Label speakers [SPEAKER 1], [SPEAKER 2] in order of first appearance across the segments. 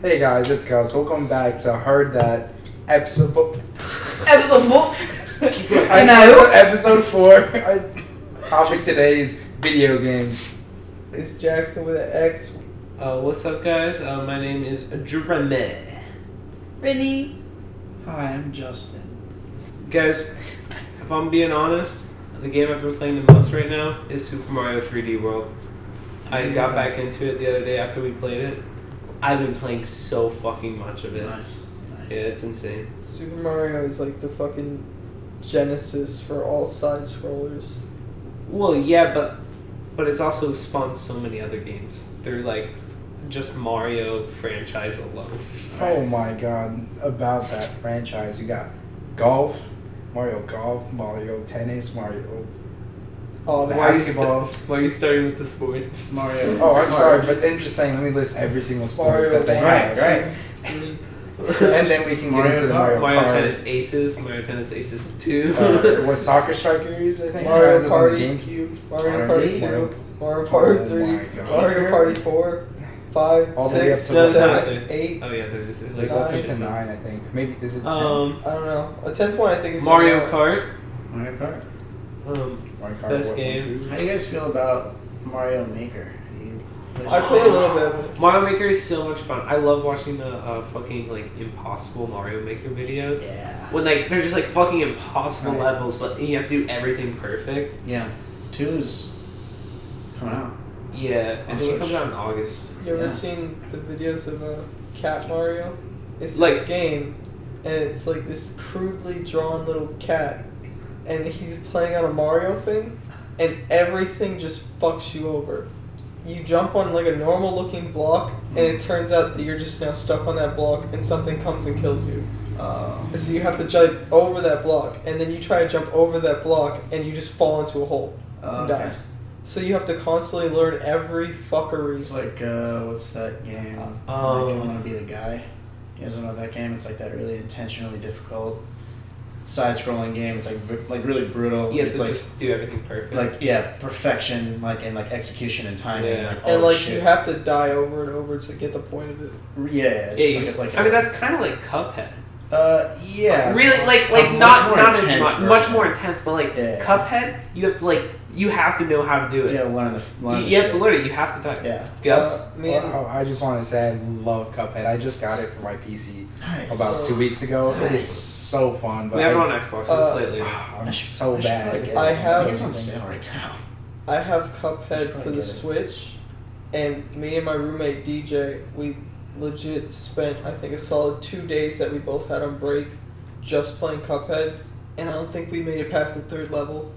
[SPEAKER 1] Hey guys, it's Gus. Welcome back to Heard That episode.
[SPEAKER 2] Episode four.
[SPEAKER 1] I
[SPEAKER 2] know.
[SPEAKER 1] Episode four. I, topic today is video games.
[SPEAKER 3] It's Jackson with an X. Uh, what's up, guys? Uh, my name is Jeremy.
[SPEAKER 2] Brittany.
[SPEAKER 4] Hi, I'm Justin.
[SPEAKER 3] Guys, if I'm being honest, the game I've been playing the most right now is Super Mario 3D World. I got back into it the other day after we played it. I've been playing so fucking much of it.
[SPEAKER 4] Nice. nice.
[SPEAKER 3] Yeah, it's insane.
[SPEAKER 5] Super Mario is like the fucking genesis for all side scrollers.
[SPEAKER 3] Well, yeah, but but it's also spawned so many other games through like just Mario franchise alone.
[SPEAKER 1] Oh my god! About that franchise, you got golf, Mario Golf, Mario Tennis, Mario
[SPEAKER 5] Oh,
[SPEAKER 3] Why
[SPEAKER 5] man.
[SPEAKER 3] is-
[SPEAKER 1] Basketball.
[SPEAKER 3] Why are you starting with the sports?
[SPEAKER 4] Mario.
[SPEAKER 1] Oh, I'm sorry, but interesting. Let me list every single sport
[SPEAKER 5] Mario
[SPEAKER 1] that they
[SPEAKER 5] Tennis.
[SPEAKER 1] have, and then we can get
[SPEAKER 4] Mario
[SPEAKER 1] into the Mario,
[SPEAKER 4] Kart,
[SPEAKER 3] Mario
[SPEAKER 1] Kart.
[SPEAKER 3] Tennis Aces, Mario Tennis Aces 2.
[SPEAKER 1] Uh, was Soccer Strikers? I think
[SPEAKER 5] Mario
[SPEAKER 1] had this on the
[SPEAKER 5] Party.
[SPEAKER 1] GameCube.
[SPEAKER 5] Mario
[SPEAKER 4] Party
[SPEAKER 5] Party 2,
[SPEAKER 1] Mario-
[SPEAKER 5] Mario Party
[SPEAKER 1] Oh
[SPEAKER 5] 3,
[SPEAKER 1] my God.
[SPEAKER 5] Mario Party 4, 5,
[SPEAKER 1] All the way up
[SPEAKER 5] 6,
[SPEAKER 1] to
[SPEAKER 3] Doesn't
[SPEAKER 1] the-
[SPEAKER 3] matter.
[SPEAKER 5] 7, 8.
[SPEAKER 3] oh, yeah, there is. There's like
[SPEAKER 1] There's
[SPEAKER 5] Nine.
[SPEAKER 1] up to nine, I think. Maybe there's a ten.
[SPEAKER 3] Um,
[SPEAKER 5] I don't know. A 10th one I think is
[SPEAKER 3] Mario Kart.
[SPEAKER 4] Mario Kart.
[SPEAKER 3] Um,
[SPEAKER 1] Mario Kart
[SPEAKER 3] best
[SPEAKER 1] 1,
[SPEAKER 3] game.
[SPEAKER 1] 2.
[SPEAKER 4] How do you guys feel about Mario Maker? You-
[SPEAKER 5] I played a little bit of it.
[SPEAKER 3] Mario Maker is so much fun. I love watching the uh, fucking like impossible Mario Maker videos.
[SPEAKER 4] Yeah.
[SPEAKER 3] When like they're just like fucking impossible
[SPEAKER 1] Right.
[SPEAKER 3] levels, but you have to do everything perfect.
[SPEAKER 4] Yeah. Two's coming out.
[SPEAKER 3] Yeah, I
[SPEAKER 4] On
[SPEAKER 3] think it
[SPEAKER 4] Switch.
[SPEAKER 3] comes out in August.
[SPEAKER 5] You ever
[SPEAKER 4] Yeah.
[SPEAKER 5] seen the videos of uh, Cat Mario? It's
[SPEAKER 3] Like-
[SPEAKER 5] this game, and it's like this crudely drawn little cat, and he's playing on a Mario thing, and everything just fucks you over. You jump on like a normal looking block, and it turns out that you're just now stuck on that block, and something comes and kills you.
[SPEAKER 4] Oh.
[SPEAKER 5] So you have to jump over that block, and then you try to jump over that block, and you just fall into a hole.
[SPEAKER 4] Oh,
[SPEAKER 5] and die.
[SPEAKER 4] okay.
[SPEAKER 5] So you have to constantly learn every fuckery.
[SPEAKER 4] It's like uh, what's that game?
[SPEAKER 3] Um,
[SPEAKER 4] like, I want to be the guy. You guys don't know that game? It's like that really intentionally difficult side-scrolling game. It's like v- like really brutal.
[SPEAKER 3] You have
[SPEAKER 4] Oh, it's
[SPEAKER 3] to
[SPEAKER 4] like
[SPEAKER 3] just do everything perfect.
[SPEAKER 4] like yeah, perfection, like and like execution and timing,
[SPEAKER 3] Yeah.
[SPEAKER 4] and like all
[SPEAKER 5] and
[SPEAKER 4] this
[SPEAKER 5] like
[SPEAKER 4] Oh, shit.
[SPEAKER 5] you have to die over and over to get the point of it.
[SPEAKER 4] yeah,
[SPEAKER 3] yeah,
[SPEAKER 4] it's
[SPEAKER 3] you
[SPEAKER 4] just
[SPEAKER 3] just-
[SPEAKER 4] like,
[SPEAKER 3] I mean that's kind of like Cuphead.
[SPEAKER 4] that's uh yeah,
[SPEAKER 3] Really, like,
[SPEAKER 4] A
[SPEAKER 3] like
[SPEAKER 4] much
[SPEAKER 3] not
[SPEAKER 4] more
[SPEAKER 3] not as
[SPEAKER 4] intense
[SPEAKER 3] much,
[SPEAKER 4] version.
[SPEAKER 3] much more intense, but like
[SPEAKER 4] Yeah.
[SPEAKER 3] Cuphead, you have to like you have to know how to do
[SPEAKER 4] you
[SPEAKER 3] it.
[SPEAKER 4] gotta learn the learn
[SPEAKER 3] You,
[SPEAKER 4] the
[SPEAKER 3] you have
[SPEAKER 4] shit.
[SPEAKER 3] to learn it. You have to die.
[SPEAKER 4] Yeah,
[SPEAKER 3] Gus,
[SPEAKER 5] Uh, me and-
[SPEAKER 1] Well, I I just want to say I love Cuphead. I just got it for my PC
[SPEAKER 4] nice.
[SPEAKER 1] about two weeks ago. It is so fun, but
[SPEAKER 3] we have it
[SPEAKER 1] I,
[SPEAKER 3] on Xbox.
[SPEAKER 5] uh,
[SPEAKER 3] we'll play it later.
[SPEAKER 1] am
[SPEAKER 4] I should- I
[SPEAKER 1] so
[SPEAKER 4] should
[SPEAKER 1] bad.
[SPEAKER 4] probably get it.
[SPEAKER 5] I
[SPEAKER 4] It's-
[SPEAKER 5] have-
[SPEAKER 4] it's on sale right now.
[SPEAKER 5] I have Cuphead for
[SPEAKER 4] Probably
[SPEAKER 5] the
[SPEAKER 4] get it.
[SPEAKER 5] Switch, and me and my roommate DJ, we legit spent I think a solid two days that we both had on break, just playing Cuphead, and I don't think we made it past the third level.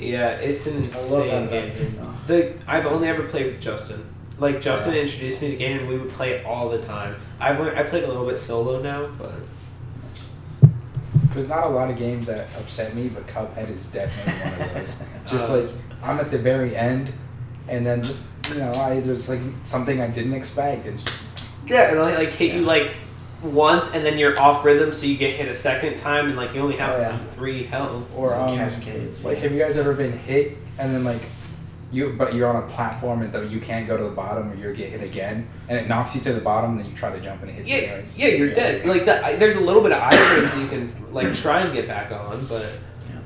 [SPEAKER 3] Yeah, it's an
[SPEAKER 4] I love that
[SPEAKER 3] insane
[SPEAKER 4] about
[SPEAKER 3] game.
[SPEAKER 4] the game. though.
[SPEAKER 3] The I've only ever played with Justin. Like Justin introduced me to the game, and we would play it all the time. I've learned, I played a little bit solo now, but
[SPEAKER 1] There's not a lot of games that upset me, but Cuphead is definitely one of those. just
[SPEAKER 3] Uh,
[SPEAKER 1] like I'm at the very end, and then just you know, I there's like something I didn't expect, and just,
[SPEAKER 3] yeah, and like, like hit you
[SPEAKER 4] Yeah.
[SPEAKER 3] like once, and then you're off rhythm, so you get hit a second time, and like you only have
[SPEAKER 4] Oh, yeah.
[SPEAKER 3] three health.
[SPEAKER 1] or
[SPEAKER 4] It's like
[SPEAKER 1] um,
[SPEAKER 4] cascades.
[SPEAKER 1] like
[SPEAKER 4] yeah.
[SPEAKER 1] have you guys ever been hit and then like. You, but you're on a platform and though you can't go to the bottom or you'll get hit again and it knocks you to the bottom and then you try to jump and it hits you.
[SPEAKER 3] Yeah,
[SPEAKER 1] anyways.
[SPEAKER 3] yeah, you're
[SPEAKER 4] Yeah.
[SPEAKER 3] dead. Like that, I, there's a little bit of iframes that you can like try and get back on, but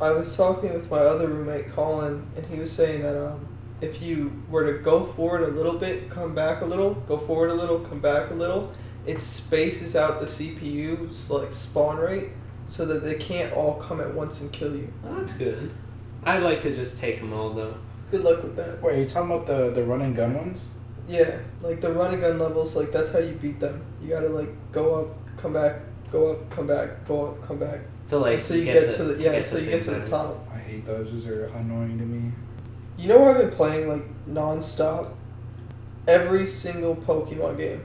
[SPEAKER 5] I was talking with my other roommate Colin, and he was saying that um, if you were to go forward a little bit, come back a little, go forward a little, come back a little, it spaces out the CPU's like spawn rate so that they can't all come at once and kill you.
[SPEAKER 3] well, that's good. I like to just take them all though.
[SPEAKER 5] Good luck with that.
[SPEAKER 1] Wait, are you talking about the, the run and gun ones?
[SPEAKER 5] Yeah, like the run and gun levels, like that's how you beat them. You gotta like go up, come back, go up, come back, go up, come back.
[SPEAKER 3] To like
[SPEAKER 5] until you
[SPEAKER 3] get,
[SPEAKER 5] get,
[SPEAKER 3] the,
[SPEAKER 5] to the yeah,
[SPEAKER 3] get
[SPEAKER 5] until
[SPEAKER 3] the
[SPEAKER 5] you get
[SPEAKER 3] things
[SPEAKER 5] to the
[SPEAKER 3] done.
[SPEAKER 5] top.
[SPEAKER 1] I hate those. Those are annoying to me.
[SPEAKER 5] You know what I've been playing like nonstop? Every single Pokemon game.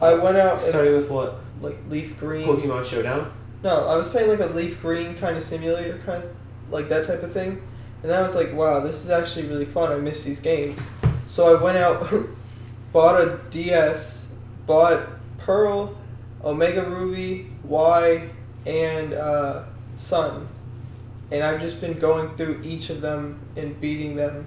[SPEAKER 5] I went out and
[SPEAKER 3] Starting with what
[SPEAKER 5] like Leaf Green.
[SPEAKER 3] Pokemon Showdown.
[SPEAKER 5] No, I was playing like a Leaf Green kind of simulator, kind of like that type of thing. And I was like, wow, this is actually really fun. I miss these games. So I went out, bought a DS, bought Pearl, Omega Ruby, Y, and uh, Sun. And I've just been going through each of them and beating them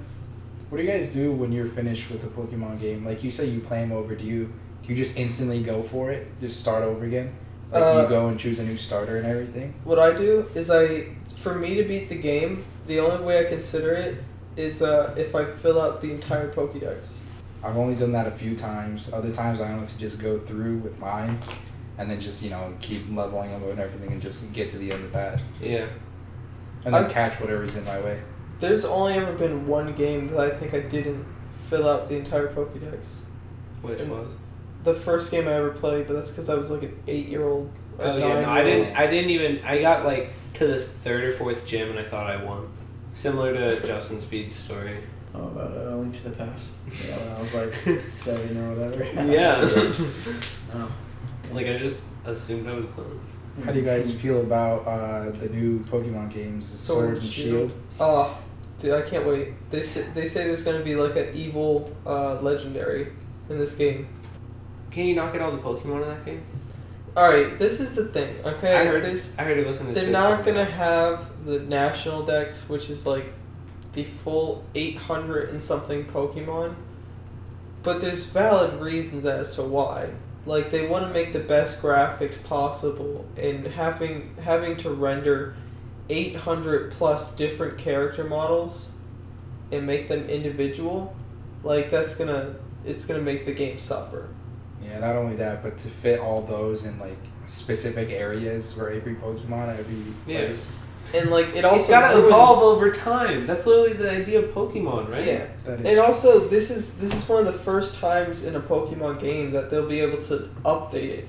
[SPEAKER 1] What do you guys do when you're finished with a Pokemon game? Like you say you play them over. Do you You just instantly go for it. Just start over again. Like do
[SPEAKER 5] Uh,
[SPEAKER 1] you go and choose a new starter and everything.
[SPEAKER 5] What I do is I, for me to beat the game, the only way I consider it is uh, if I fill out the entire Pokédex.
[SPEAKER 1] I've only done that a few times. Other times I honestly just go through with mine, and then just you know keep leveling up and everything, and just get to the end of that,
[SPEAKER 3] Yeah.
[SPEAKER 1] and then
[SPEAKER 5] I-
[SPEAKER 1] catch whatever's in my way.
[SPEAKER 5] There's only ever been one game that I think I didn't fill out the entire Pokédex.
[SPEAKER 3] Which
[SPEAKER 5] And-
[SPEAKER 3] was?
[SPEAKER 5] The first game I ever played, but that's because I was like an eight-year-old. or
[SPEAKER 3] Oh yeah, no, I
[SPEAKER 5] nine-year-old.
[SPEAKER 3] didn't. I didn't even. I got like to the third or fourth gym, and I thought I won. Similar to Justin Speed's story.
[SPEAKER 4] Oh, about uh, Link to the Past. Yeah, when I was like seven or whatever.
[SPEAKER 3] yeah.
[SPEAKER 4] Oh.
[SPEAKER 3] like I just assumed I was done.
[SPEAKER 1] How do you guys feel about uh, the new Pokemon games, Sword,
[SPEAKER 5] Sword
[SPEAKER 1] and
[SPEAKER 5] and
[SPEAKER 1] Shield?
[SPEAKER 5] Oh, dude, I can't wait. They say, they say there's gonna be like an evil uh, legendary in this game.
[SPEAKER 3] Can you knock out all the Pokemon in that game?
[SPEAKER 5] All right, this is the thing. Okay,
[SPEAKER 3] I heard.
[SPEAKER 5] There's-
[SPEAKER 3] I heard it wasn't. as
[SPEAKER 5] they're
[SPEAKER 3] good.
[SPEAKER 5] not gonna have the national decks, which is like the full 800 and something Pokemon. But there's valid reasons as to why. Like they want to make the best graphics possible, and having having to render 800 plus different character models and make them individual, like that's gonna it's gonna make the game suffer.
[SPEAKER 1] Yeah, not only that, but to fit all those in like specific areas for every Pokemon, every
[SPEAKER 3] Yeah.
[SPEAKER 1] place.
[SPEAKER 5] And like it also
[SPEAKER 3] It's gotta
[SPEAKER 5] ruins-
[SPEAKER 3] evolve over time. That's literally the idea of Pokemon, right?
[SPEAKER 5] Yeah.
[SPEAKER 1] That is
[SPEAKER 5] And also, this is this is one of the first times in a Pokemon game that they'll be able to update it.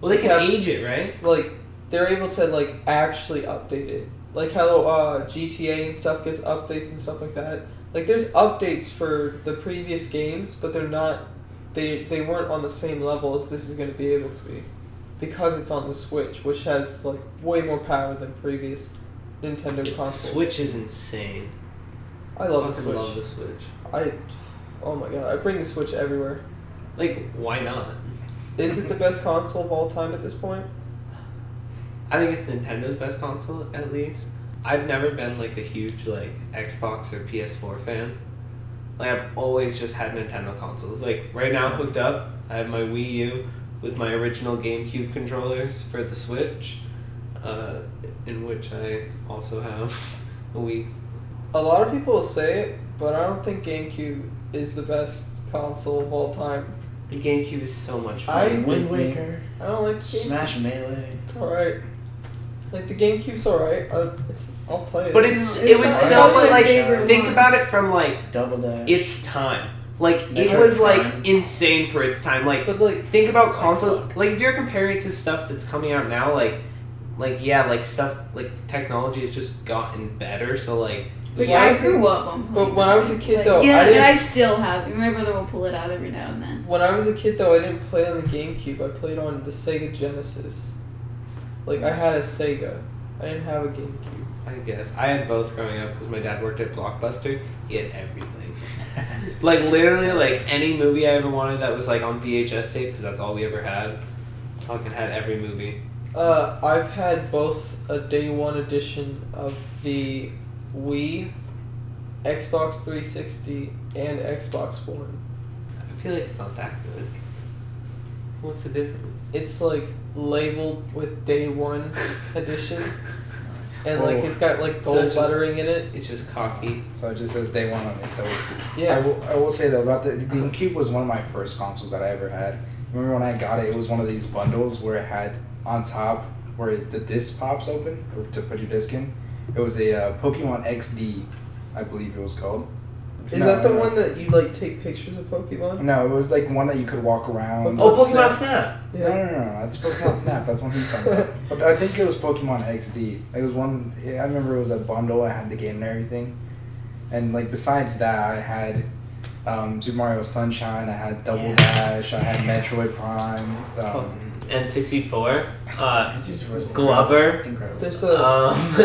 [SPEAKER 3] Well, they can
[SPEAKER 5] Yeah.
[SPEAKER 3] age it, right?
[SPEAKER 5] Like they're able to like actually update it. Like how uh, GTA and stuff gets updates and stuff like that. Like there's updates for the previous games, but they're not. They they weren't on the same level as this is going to be able to be, because it's on the Switch, which has like way more power than previous Nintendo
[SPEAKER 3] The
[SPEAKER 5] consoles.
[SPEAKER 3] Switch is insane.
[SPEAKER 5] I love the
[SPEAKER 3] Fucking
[SPEAKER 5] Switch.
[SPEAKER 3] Love the Switch.
[SPEAKER 5] I, oh my god, I bring the Switch everywhere.
[SPEAKER 3] Like, why not?
[SPEAKER 5] Is it the best console of all time at this point?
[SPEAKER 3] I think it's Nintendo's best console, at least. I've never been like a huge like Xbox or PS4 fan. Like I've always just had Nintendo consoles. Like right now hooked up, I have my Wii U with my original GameCube controllers for the Switch, uh, in which I also have a Wii.
[SPEAKER 5] A lot of people will say it, but I don't think GameCube is the best console of all time.
[SPEAKER 3] The GameCube is so much
[SPEAKER 5] I-
[SPEAKER 3] fun.
[SPEAKER 4] Wind Waker,
[SPEAKER 5] I don't like the GameCube.
[SPEAKER 4] Smash Melee.
[SPEAKER 5] It's alright. Like the GameCube's alright. I- It's I'll play it.
[SPEAKER 3] but it's it was
[SPEAKER 4] It's
[SPEAKER 3] so
[SPEAKER 4] not my
[SPEAKER 3] like
[SPEAKER 4] favorite
[SPEAKER 3] think
[SPEAKER 2] one.
[SPEAKER 3] about it from like
[SPEAKER 4] Double Dash.
[SPEAKER 3] its time. Like it
[SPEAKER 4] Metroid
[SPEAKER 3] was
[SPEAKER 4] Prime.
[SPEAKER 3] like insane for its time. Like
[SPEAKER 5] but like
[SPEAKER 3] think about
[SPEAKER 4] Like,
[SPEAKER 3] consoles
[SPEAKER 4] fuck.
[SPEAKER 3] like if you're comparing it to stuff that's coming out now like like yeah like stuff like technology has just gotten better so like
[SPEAKER 2] Like,
[SPEAKER 5] Yeah,
[SPEAKER 2] I
[SPEAKER 5] I
[SPEAKER 2] grew up on
[SPEAKER 5] but when I was a kid,
[SPEAKER 2] like,
[SPEAKER 5] though, I
[SPEAKER 2] yeah,
[SPEAKER 5] didn't-
[SPEAKER 2] and I still have. My brother will pull it out every now and then.
[SPEAKER 5] when I was a kid though, I didn't play on the GameCube. I played on the Sega Genesis. Like I had a Sega. I didn't have a GameCube.
[SPEAKER 3] i guess i had both growing up because my dad worked at blockbuster he had everything like literally like any movie i ever wanted that was like on vhs tape because that's all we ever had fucking had every movie
[SPEAKER 5] Uh, I've had both a day one edition of the Wii, Xbox 360, and Xbox One.
[SPEAKER 3] i feel like it's not that good what's the difference
[SPEAKER 5] It's like labeled with day one edition, and like
[SPEAKER 1] Whoa.
[SPEAKER 5] it's got like
[SPEAKER 3] So
[SPEAKER 5] gold
[SPEAKER 3] it's just-
[SPEAKER 5] lettering in it.
[SPEAKER 3] it's just cocky
[SPEAKER 1] so it just says they want on it though.
[SPEAKER 3] Oh,
[SPEAKER 1] I
[SPEAKER 5] Yeah.
[SPEAKER 1] will, I will say though about the the GameCube was one of my first consoles that I ever had. Remember when I got it? It was one of these bundles where it had on top where the disc pops open or to put your disc in. It was a uh, Pokemon XD, I believe it was called.
[SPEAKER 5] Is
[SPEAKER 1] No,
[SPEAKER 5] that the
[SPEAKER 1] no.
[SPEAKER 5] one that you like take pictures of Pokemon?
[SPEAKER 1] No, it was like one that you could walk around.
[SPEAKER 5] Oh,
[SPEAKER 3] oh
[SPEAKER 5] What's
[SPEAKER 3] pokemon
[SPEAKER 5] that?
[SPEAKER 3] snap
[SPEAKER 1] No, no, no, no, that's Pokemon Snap. That's what he's talking about. But I think it was Pokemon XD. It was one. I remember it was a bundle. I had the game and everything, and like besides that, I had um, Super Mario Sunshine. I had Double
[SPEAKER 4] Yeah.
[SPEAKER 1] Dash. I had Metroid Prime. Um,
[SPEAKER 3] n64 uh
[SPEAKER 4] It's just really
[SPEAKER 3] Glover.
[SPEAKER 4] Incredible.
[SPEAKER 5] There's
[SPEAKER 4] Incredible.
[SPEAKER 5] a
[SPEAKER 3] Um,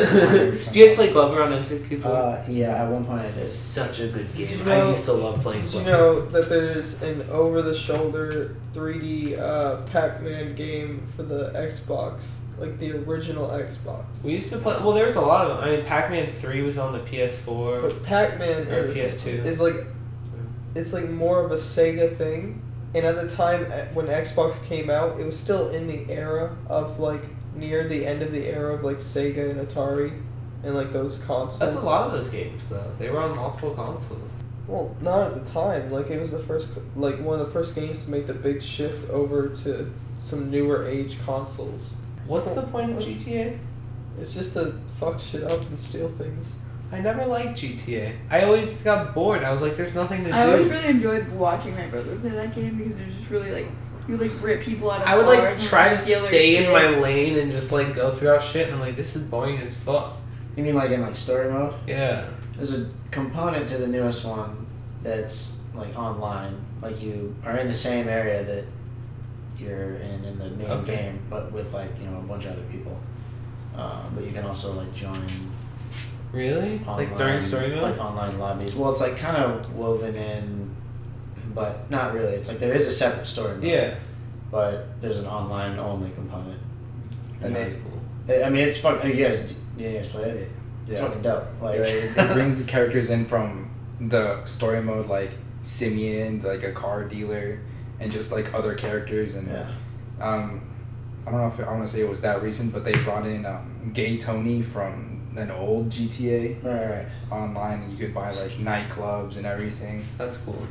[SPEAKER 3] do you guys play Glover on N64?
[SPEAKER 4] uh, yeah, at one point I did.
[SPEAKER 3] Such a good
[SPEAKER 5] Did
[SPEAKER 3] game.
[SPEAKER 5] you know-
[SPEAKER 3] I used to love playing
[SPEAKER 5] Did you
[SPEAKER 3] Glover.
[SPEAKER 5] know that there's an over-the-shoulder 3D uh, Pac-Man game for the Xbox, like the original Xbox?
[SPEAKER 3] We used to play. Well, there's a lot of them. I mean, Pac Man 3 was on the PS4.
[SPEAKER 5] But Pac Man
[SPEAKER 3] Or
[SPEAKER 5] is
[SPEAKER 3] PS2.
[SPEAKER 5] is like it's like more of a Sega thing, And at the time eh, when Xbox came out, it was still in the era of like near the end of the era of like Sega and Atari, and like those consoles.
[SPEAKER 3] That's a lot of those games though. They were on multiple consoles.
[SPEAKER 5] Well, not at the time. Like it was the first, like one of the first games to make the big shift over to some newer age consoles.
[SPEAKER 3] What's the point of GTA?
[SPEAKER 5] It's just to fuck shit up and steal things.
[SPEAKER 3] I never liked GTA. I always got bored. I was like, there's nothing to
[SPEAKER 2] I
[SPEAKER 3] do.
[SPEAKER 2] always really enjoyed watching my brother play that game because it was just really like you would like rip people out of
[SPEAKER 3] I would
[SPEAKER 2] cars
[SPEAKER 3] like
[SPEAKER 2] and,
[SPEAKER 3] try to
[SPEAKER 2] steal their
[SPEAKER 3] stay in
[SPEAKER 2] shit.
[SPEAKER 3] my lane and just like go throughout shit and I'm like, this is boring as fuck.
[SPEAKER 4] You mean like in like story mode?
[SPEAKER 3] Yeah.
[SPEAKER 4] There's a component to the newest one that's like online. Like you are in the same area that you're in in the main
[SPEAKER 3] Okay.
[SPEAKER 4] game, but with like you know a bunch of other people. Uh, but you can also like join
[SPEAKER 3] Really?
[SPEAKER 4] online,
[SPEAKER 3] Like during story mode?
[SPEAKER 4] like online lobbies. Well, it's like kind of woven in, but not really. It's like there is a separate story mode,
[SPEAKER 3] yeah.
[SPEAKER 4] but there's an online only component.
[SPEAKER 1] And
[SPEAKER 4] Yeah.
[SPEAKER 1] they-
[SPEAKER 3] cool.
[SPEAKER 4] I I mean, it's fucking. You guys, you guys played it. It's
[SPEAKER 1] Yeah.
[SPEAKER 4] fucking dope. Like
[SPEAKER 1] Like, it brings the characters in from the story mode, like Simeon, like a car dealer, and just like other characters. And
[SPEAKER 4] Yeah.
[SPEAKER 1] um, I don't know if I want to say it was that recent, but they brought in um, Gay Tony from an old GTA
[SPEAKER 4] All right.
[SPEAKER 1] online, and you could buy like nightclubs and everything.
[SPEAKER 3] That's cool.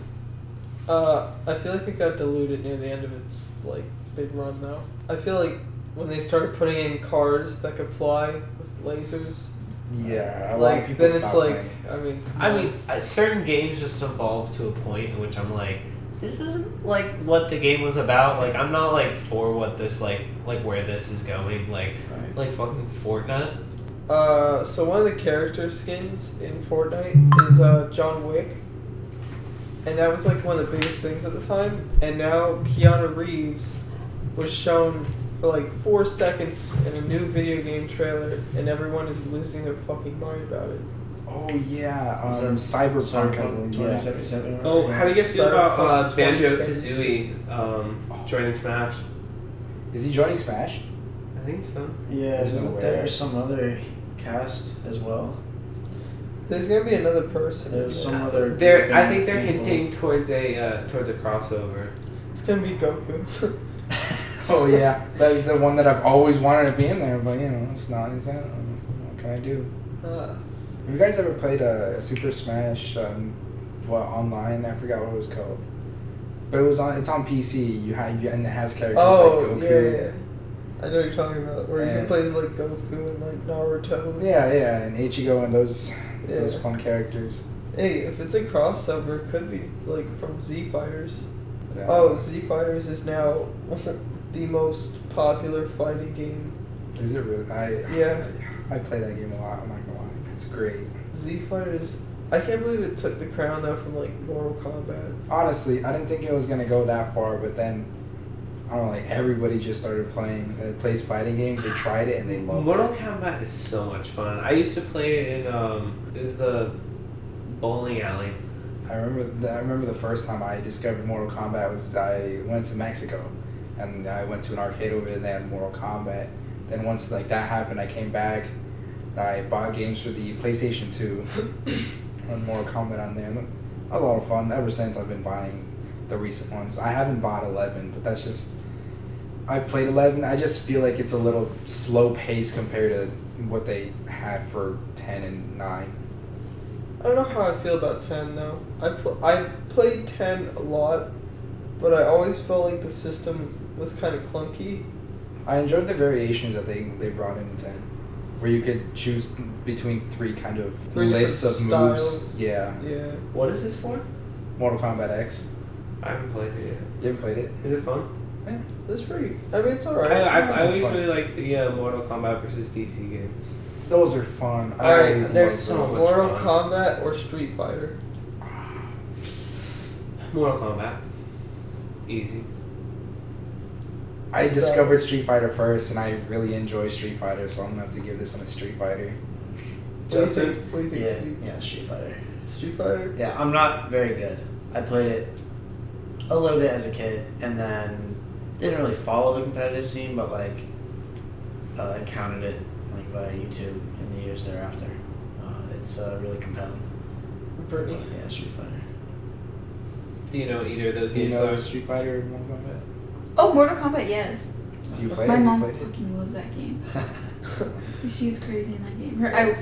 [SPEAKER 5] Uh, I feel like it got diluted near the end of its like big run though. I feel like when they started putting in cars that could fly with lasers,
[SPEAKER 1] Yeah, a lot of
[SPEAKER 5] like
[SPEAKER 1] people
[SPEAKER 5] then it's
[SPEAKER 1] stopped
[SPEAKER 5] like
[SPEAKER 1] playing.
[SPEAKER 5] I mean, come
[SPEAKER 3] I
[SPEAKER 5] on.
[SPEAKER 3] mean, uh, certain games just evolve to a point in which I'm like, this isn't like what the game was about. Like, I'm not like for what this like like where this is going. Like,
[SPEAKER 4] Right.
[SPEAKER 3] like fucking Fortnite.
[SPEAKER 5] Uh, so one of the character skins in Fortnite is uh, John Wick, and that was like one of the biggest things at the time. And now Keanu Reeves was shown for like four seconds in a new video game trailer, and everyone is losing their fucking mind about it.
[SPEAKER 1] Oh yeah,
[SPEAKER 4] Is
[SPEAKER 1] um, Cyberpunk. I
[SPEAKER 4] Cyberpunk
[SPEAKER 1] believe, yeah.
[SPEAKER 4] 2077.
[SPEAKER 3] Oh, how do you guys feel about uh,
[SPEAKER 5] Cyberpunk
[SPEAKER 3] Banjo
[SPEAKER 5] 2017?
[SPEAKER 3] Kazooie um, joining Smash?
[SPEAKER 1] Is he joining Smash?
[SPEAKER 3] I think so.
[SPEAKER 4] Yeah,
[SPEAKER 1] There's no
[SPEAKER 4] isn't
[SPEAKER 1] way.
[SPEAKER 4] there some other cast as well?
[SPEAKER 5] There's gonna be another person. in
[SPEAKER 4] There's
[SPEAKER 5] there.
[SPEAKER 4] some other.
[SPEAKER 3] They're, I think they're
[SPEAKER 4] people.
[SPEAKER 3] hinting towards a uh, towards a crossover.
[SPEAKER 5] It's gonna be Goku.
[SPEAKER 1] Oh yeah, that's the one that I've always wanted to be in there, but you know, it's not. Is that what can I do?
[SPEAKER 5] uh,
[SPEAKER 1] Have you guys ever played uh, Super Smash? Um, what online? I forgot what it was called, but it was on. It's on PC. You have you, and it has characters
[SPEAKER 5] oh
[SPEAKER 1] like
[SPEAKER 5] yeah,
[SPEAKER 1] Goku.
[SPEAKER 5] yeah, yeah. I know what you're talking about. Where you
[SPEAKER 1] And-
[SPEAKER 5] can play as like Goku and like Naruto.
[SPEAKER 1] yeah, yeah, and Ichigo and those those
[SPEAKER 5] Yeah.
[SPEAKER 1] fun characters.
[SPEAKER 5] Hey, if it's a crossover, it could be like from Z Fighters.
[SPEAKER 1] Yeah.
[SPEAKER 5] Oh, Z Fighters is now the most popular fighting game.
[SPEAKER 1] is it really? I
[SPEAKER 5] Yeah.
[SPEAKER 1] I play that game a lot. I'm not gonna lie, it's great.
[SPEAKER 5] Z Fighters. I can't believe it took the crown though from like Mortal Kombat.
[SPEAKER 1] honestly, I didn't think it was gonna go that far, but then I don't know, like everybody just started playing that plays fighting games. They tried it and they loved
[SPEAKER 3] Mortal
[SPEAKER 1] it.
[SPEAKER 3] Kombat is so much fun. I used to play it in um, it was the bowling alley.
[SPEAKER 1] I remember, the, I remember the first time I discovered Mortal Kombat was I went to Mexico, and I went to an arcade over there and they had Mortal Kombat. Then once like that happened, I came back. and I bought games for the PlayStation Two, and Mortal Kombat on there. And a lot of fun. Ever since I've been buying the recent ones. I haven't bought Eleven, but that's just I've played Eleven. I just feel like it's a little slow pace compared to what they had for ten and nine.
[SPEAKER 5] I don't know how I feel about Ten though. I pl- I played Ten a lot, but I always felt like the system was kind of clunky.
[SPEAKER 1] I enjoyed the variations that they they brought in ten, where you could choose between three kind of
[SPEAKER 5] Three different
[SPEAKER 1] lists of
[SPEAKER 5] styles.
[SPEAKER 1] moves. Yeah,
[SPEAKER 5] Yeah.
[SPEAKER 3] What is this for?
[SPEAKER 1] Mortal Kombat X.
[SPEAKER 3] I haven't played it yet.
[SPEAKER 1] You haven't played it?
[SPEAKER 3] Is it fun?
[SPEAKER 5] That's pretty. I mean, it's alright.
[SPEAKER 3] I, I, I
[SPEAKER 1] It's
[SPEAKER 3] always
[SPEAKER 1] fun.
[SPEAKER 3] really like the uh, Mortal Kombat versus DC game.
[SPEAKER 1] Those are fun. I
[SPEAKER 5] Alright,
[SPEAKER 1] always
[SPEAKER 3] there's
[SPEAKER 1] loved
[SPEAKER 3] so
[SPEAKER 1] those.
[SPEAKER 5] Mortal
[SPEAKER 3] fun.
[SPEAKER 5] Kombat or Street Fighter.
[SPEAKER 3] Mortal Kombat. Easy.
[SPEAKER 1] I
[SPEAKER 5] So-
[SPEAKER 1] discovered Street Fighter first, and I really enjoy Street Fighter, so I'm gonna have to give this one a Street Fighter.
[SPEAKER 5] Justin,
[SPEAKER 3] Justin?
[SPEAKER 5] what do you think?
[SPEAKER 4] Yeah,
[SPEAKER 5] Street,
[SPEAKER 4] yeah, Street Fighter.
[SPEAKER 5] Street Fighter.
[SPEAKER 4] Yeah, I'm not very good. I played it a little bit as a kid, and then didn't really follow the competitive scene, but like uh, encountered it like via YouTube in the years thereafter. Uh, it's uh, really compelling.
[SPEAKER 5] Brittany.
[SPEAKER 4] Yeah, Street Fighter.
[SPEAKER 3] Do you know either of those
[SPEAKER 1] Do you
[SPEAKER 3] games?
[SPEAKER 1] know
[SPEAKER 3] are?
[SPEAKER 1] Street Fighter or Mortal Kombat?
[SPEAKER 2] Oh, Mortal Kombat, yes.
[SPEAKER 1] Do you play
[SPEAKER 2] My
[SPEAKER 1] it?
[SPEAKER 2] mom
[SPEAKER 1] Do you play it?
[SPEAKER 2] fucking loves that game.
[SPEAKER 1] It's-
[SPEAKER 2] She's crazy in that game. Her, I,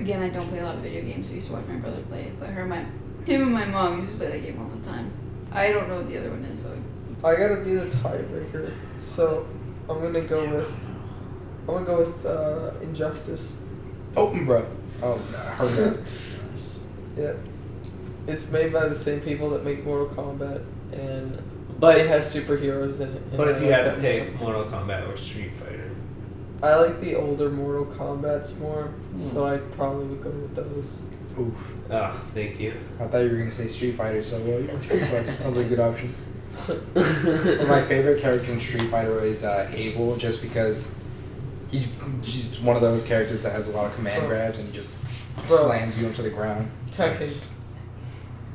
[SPEAKER 2] again, I don't play a lot of video games, so I used to watch my brother play it. But her, and my, him, and my mom used to play that game all the time. I don't know what the other one is, so
[SPEAKER 5] I gotta be the tiebreaker, so I'm gonna go with I'm gonna go with uh, injustice.
[SPEAKER 1] Open, bro. Oh, heard that.
[SPEAKER 5] Yeah, it's made by the same people that make Mortal Kombat, and but
[SPEAKER 3] But
[SPEAKER 5] it has superheroes in it. and
[SPEAKER 3] but
[SPEAKER 5] I
[SPEAKER 3] if you
[SPEAKER 5] like
[SPEAKER 3] had
[SPEAKER 5] that
[SPEAKER 3] to pick Mortal Kombat or Street Fighter,
[SPEAKER 5] more. I like the older Mortal Kombat's more,
[SPEAKER 2] Hmm.
[SPEAKER 5] so I probably would go with those.
[SPEAKER 1] Oof.
[SPEAKER 3] ah, thank you.
[SPEAKER 1] I thought you were gonna say Street Fighter, so well, you know, Street Fighter sounds like a good option. My favorite character in Street Fighter is uh, Abel, just because he, he's one of those characters that has a lot of command
[SPEAKER 5] Bro.
[SPEAKER 1] grabs and he just
[SPEAKER 5] Bro.
[SPEAKER 1] slams you into the ground.
[SPEAKER 5] Tekken.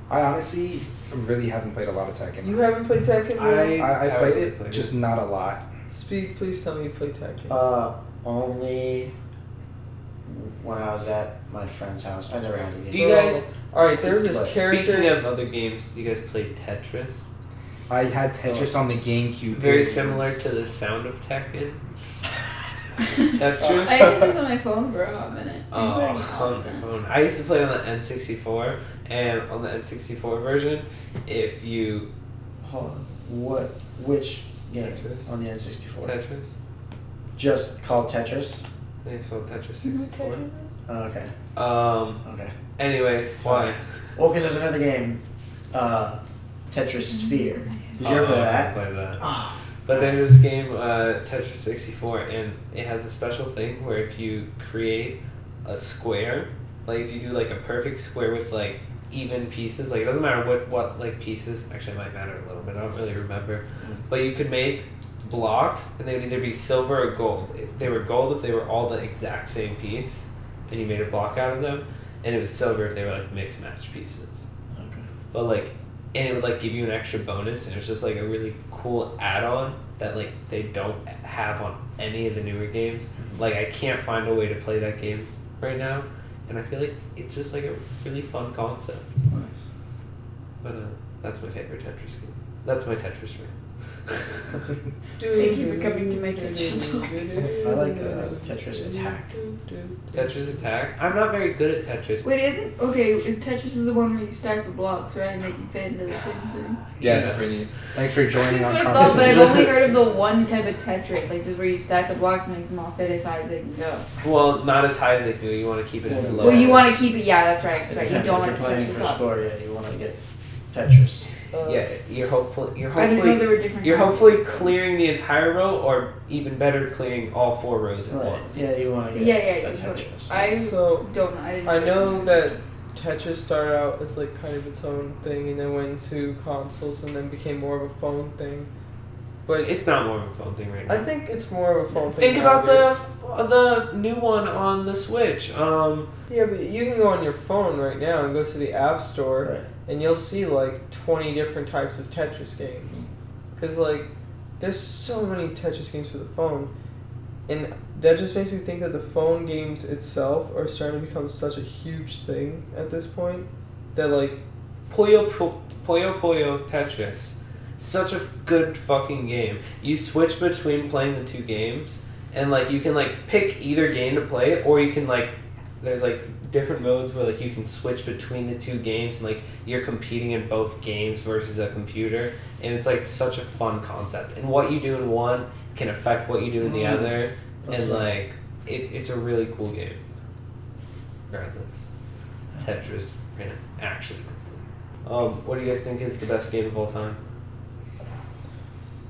[SPEAKER 1] I honestly really haven't played a lot of Tekken.
[SPEAKER 5] You haven't played Tekken? Will?
[SPEAKER 1] I, I
[SPEAKER 3] haven't
[SPEAKER 1] played
[SPEAKER 3] really
[SPEAKER 1] it,
[SPEAKER 3] played
[SPEAKER 1] just not a lot.
[SPEAKER 5] Speed, please tell me you play Tekken.
[SPEAKER 4] Uh, only when I was at my friend's house. I never had a
[SPEAKER 3] Do
[SPEAKER 4] game.
[SPEAKER 3] you guys?
[SPEAKER 5] All right, there was this
[SPEAKER 4] Speaking
[SPEAKER 5] character.
[SPEAKER 3] Speaking of other games, do you guys play Tetris?
[SPEAKER 1] I had Tetris on the GameCube.
[SPEAKER 3] Very
[SPEAKER 1] It
[SPEAKER 3] similar
[SPEAKER 1] was-
[SPEAKER 3] to the sound of Tekken.
[SPEAKER 2] I
[SPEAKER 3] Tetris.
[SPEAKER 2] had this on my phone for a minute. I played it all
[SPEAKER 3] Oh,
[SPEAKER 2] the time.
[SPEAKER 3] phone. I used to play on the N64, and on the N64 version, if you
[SPEAKER 4] Hold on. What? Which game
[SPEAKER 3] Tetris.
[SPEAKER 4] on the N64?
[SPEAKER 3] Tetris,
[SPEAKER 4] Just called Tetris.
[SPEAKER 3] I think it's called Tetris
[SPEAKER 2] You know what
[SPEAKER 3] 64.
[SPEAKER 2] Tetris is?
[SPEAKER 4] Oh, okay.
[SPEAKER 3] Um.
[SPEAKER 4] Okay.
[SPEAKER 3] Anyways, why?
[SPEAKER 4] Well, because there's another game, uh, Tetris Sphere. Did you ever play
[SPEAKER 3] Oh, I
[SPEAKER 4] that?
[SPEAKER 3] Play that.
[SPEAKER 4] Oh,
[SPEAKER 3] But there's this game, uh, Tetris 64, and it has a special thing where if you create a square, like if you do like a perfect square with like even pieces, like it doesn't matter what, what like pieces, actually it might matter a little bit, I don't really remember. But you could make blocks, and they would either be silver or gold. If they were gold, if they were all the exact same piece, and you made a block out of them, and it was silver if they were like mixed match pieces
[SPEAKER 4] okay.
[SPEAKER 3] but like and it would like give you an extra bonus and it was just like a really cool add-on that like they don't have on any of the newer games
[SPEAKER 1] Mm-hmm.
[SPEAKER 3] like i can't find a way to play that game right now and i feel like it's just like a really fun concept
[SPEAKER 4] Nice.
[SPEAKER 3] but uh, that's my favorite tetris game that's my tetris ring
[SPEAKER 2] Thank you for coming to my kitchen.
[SPEAKER 4] I like uh, Tetris Attack.
[SPEAKER 3] tetris attack i'm not very good at tetris
[SPEAKER 2] Wait, is it okay? if Tetris is the one where you stack the blocks, right, and make them fit into the same thing.
[SPEAKER 1] Yes, Brittany. Thanks for joining on
[SPEAKER 2] That's what I thought, but I've
[SPEAKER 1] conversation.
[SPEAKER 2] only heard of the one type of Tetris, like just where you stack the blocks and make them all fit as high as they can go.
[SPEAKER 3] well not as high as they can you want to keep it as low
[SPEAKER 2] Well, you want
[SPEAKER 3] as-
[SPEAKER 2] to keep it. Yeah, that's right. That's right. You
[SPEAKER 4] If
[SPEAKER 2] don't want
[SPEAKER 4] you're
[SPEAKER 2] to
[SPEAKER 4] playing
[SPEAKER 2] touch the
[SPEAKER 4] for
[SPEAKER 2] cup.
[SPEAKER 4] score, yeah, you want to get Tetris.
[SPEAKER 5] Uh,
[SPEAKER 3] yeah you're hopeful you're
[SPEAKER 2] I didn't
[SPEAKER 3] hopefully
[SPEAKER 2] know there were different.
[SPEAKER 3] You're
[SPEAKER 2] kinds.
[SPEAKER 3] hopefully clearing the entire row, or even better, clearing all four rows at
[SPEAKER 4] Right.
[SPEAKER 3] once.
[SPEAKER 4] Yeah, you want to get
[SPEAKER 2] Yeah, yeah,
[SPEAKER 4] a
[SPEAKER 2] yeah, totally.
[SPEAKER 4] Tetris.
[SPEAKER 2] I-
[SPEAKER 5] So
[SPEAKER 2] Don't know. I, didn't
[SPEAKER 5] I
[SPEAKER 2] know
[SPEAKER 5] know that Tetris started out as like kind of its own thing, and then went to consoles, and then became more of a phone thing.
[SPEAKER 3] But
[SPEAKER 5] But
[SPEAKER 3] it's not more of a phone thing right now.
[SPEAKER 5] I think it's more of a phone thing.
[SPEAKER 3] Think about the
[SPEAKER 5] nowadays.
[SPEAKER 3] the new one on the Switch. Um,
[SPEAKER 5] yeah, but you can go on your phone right now and go to the App Store,
[SPEAKER 4] Right.
[SPEAKER 5] and you'll see like twenty different types of Tetris games, because like there's so many Tetris games for the phone, and that just makes me think that the phone games itself are starting to become such a huge thing at this point that like
[SPEAKER 3] Puyo Pu- Puyo Puyo Tetris. Such a f- good fucking game. You switch between playing the two games, and like you can like pick either game to play, or you can like there's like different modes where like you can switch between the two games, and like you're competing in both games versus a computer, and it's like such a fun concept. And what you do in one can affect what you do in the
[SPEAKER 5] Mm.
[SPEAKER 3] other,
[SPEAKER 5] Okay.
[SPEAKER 3] and like it, it's a really cool game. Regardless, Tetris ran actually. Um, what do you guys think is the best game of all time?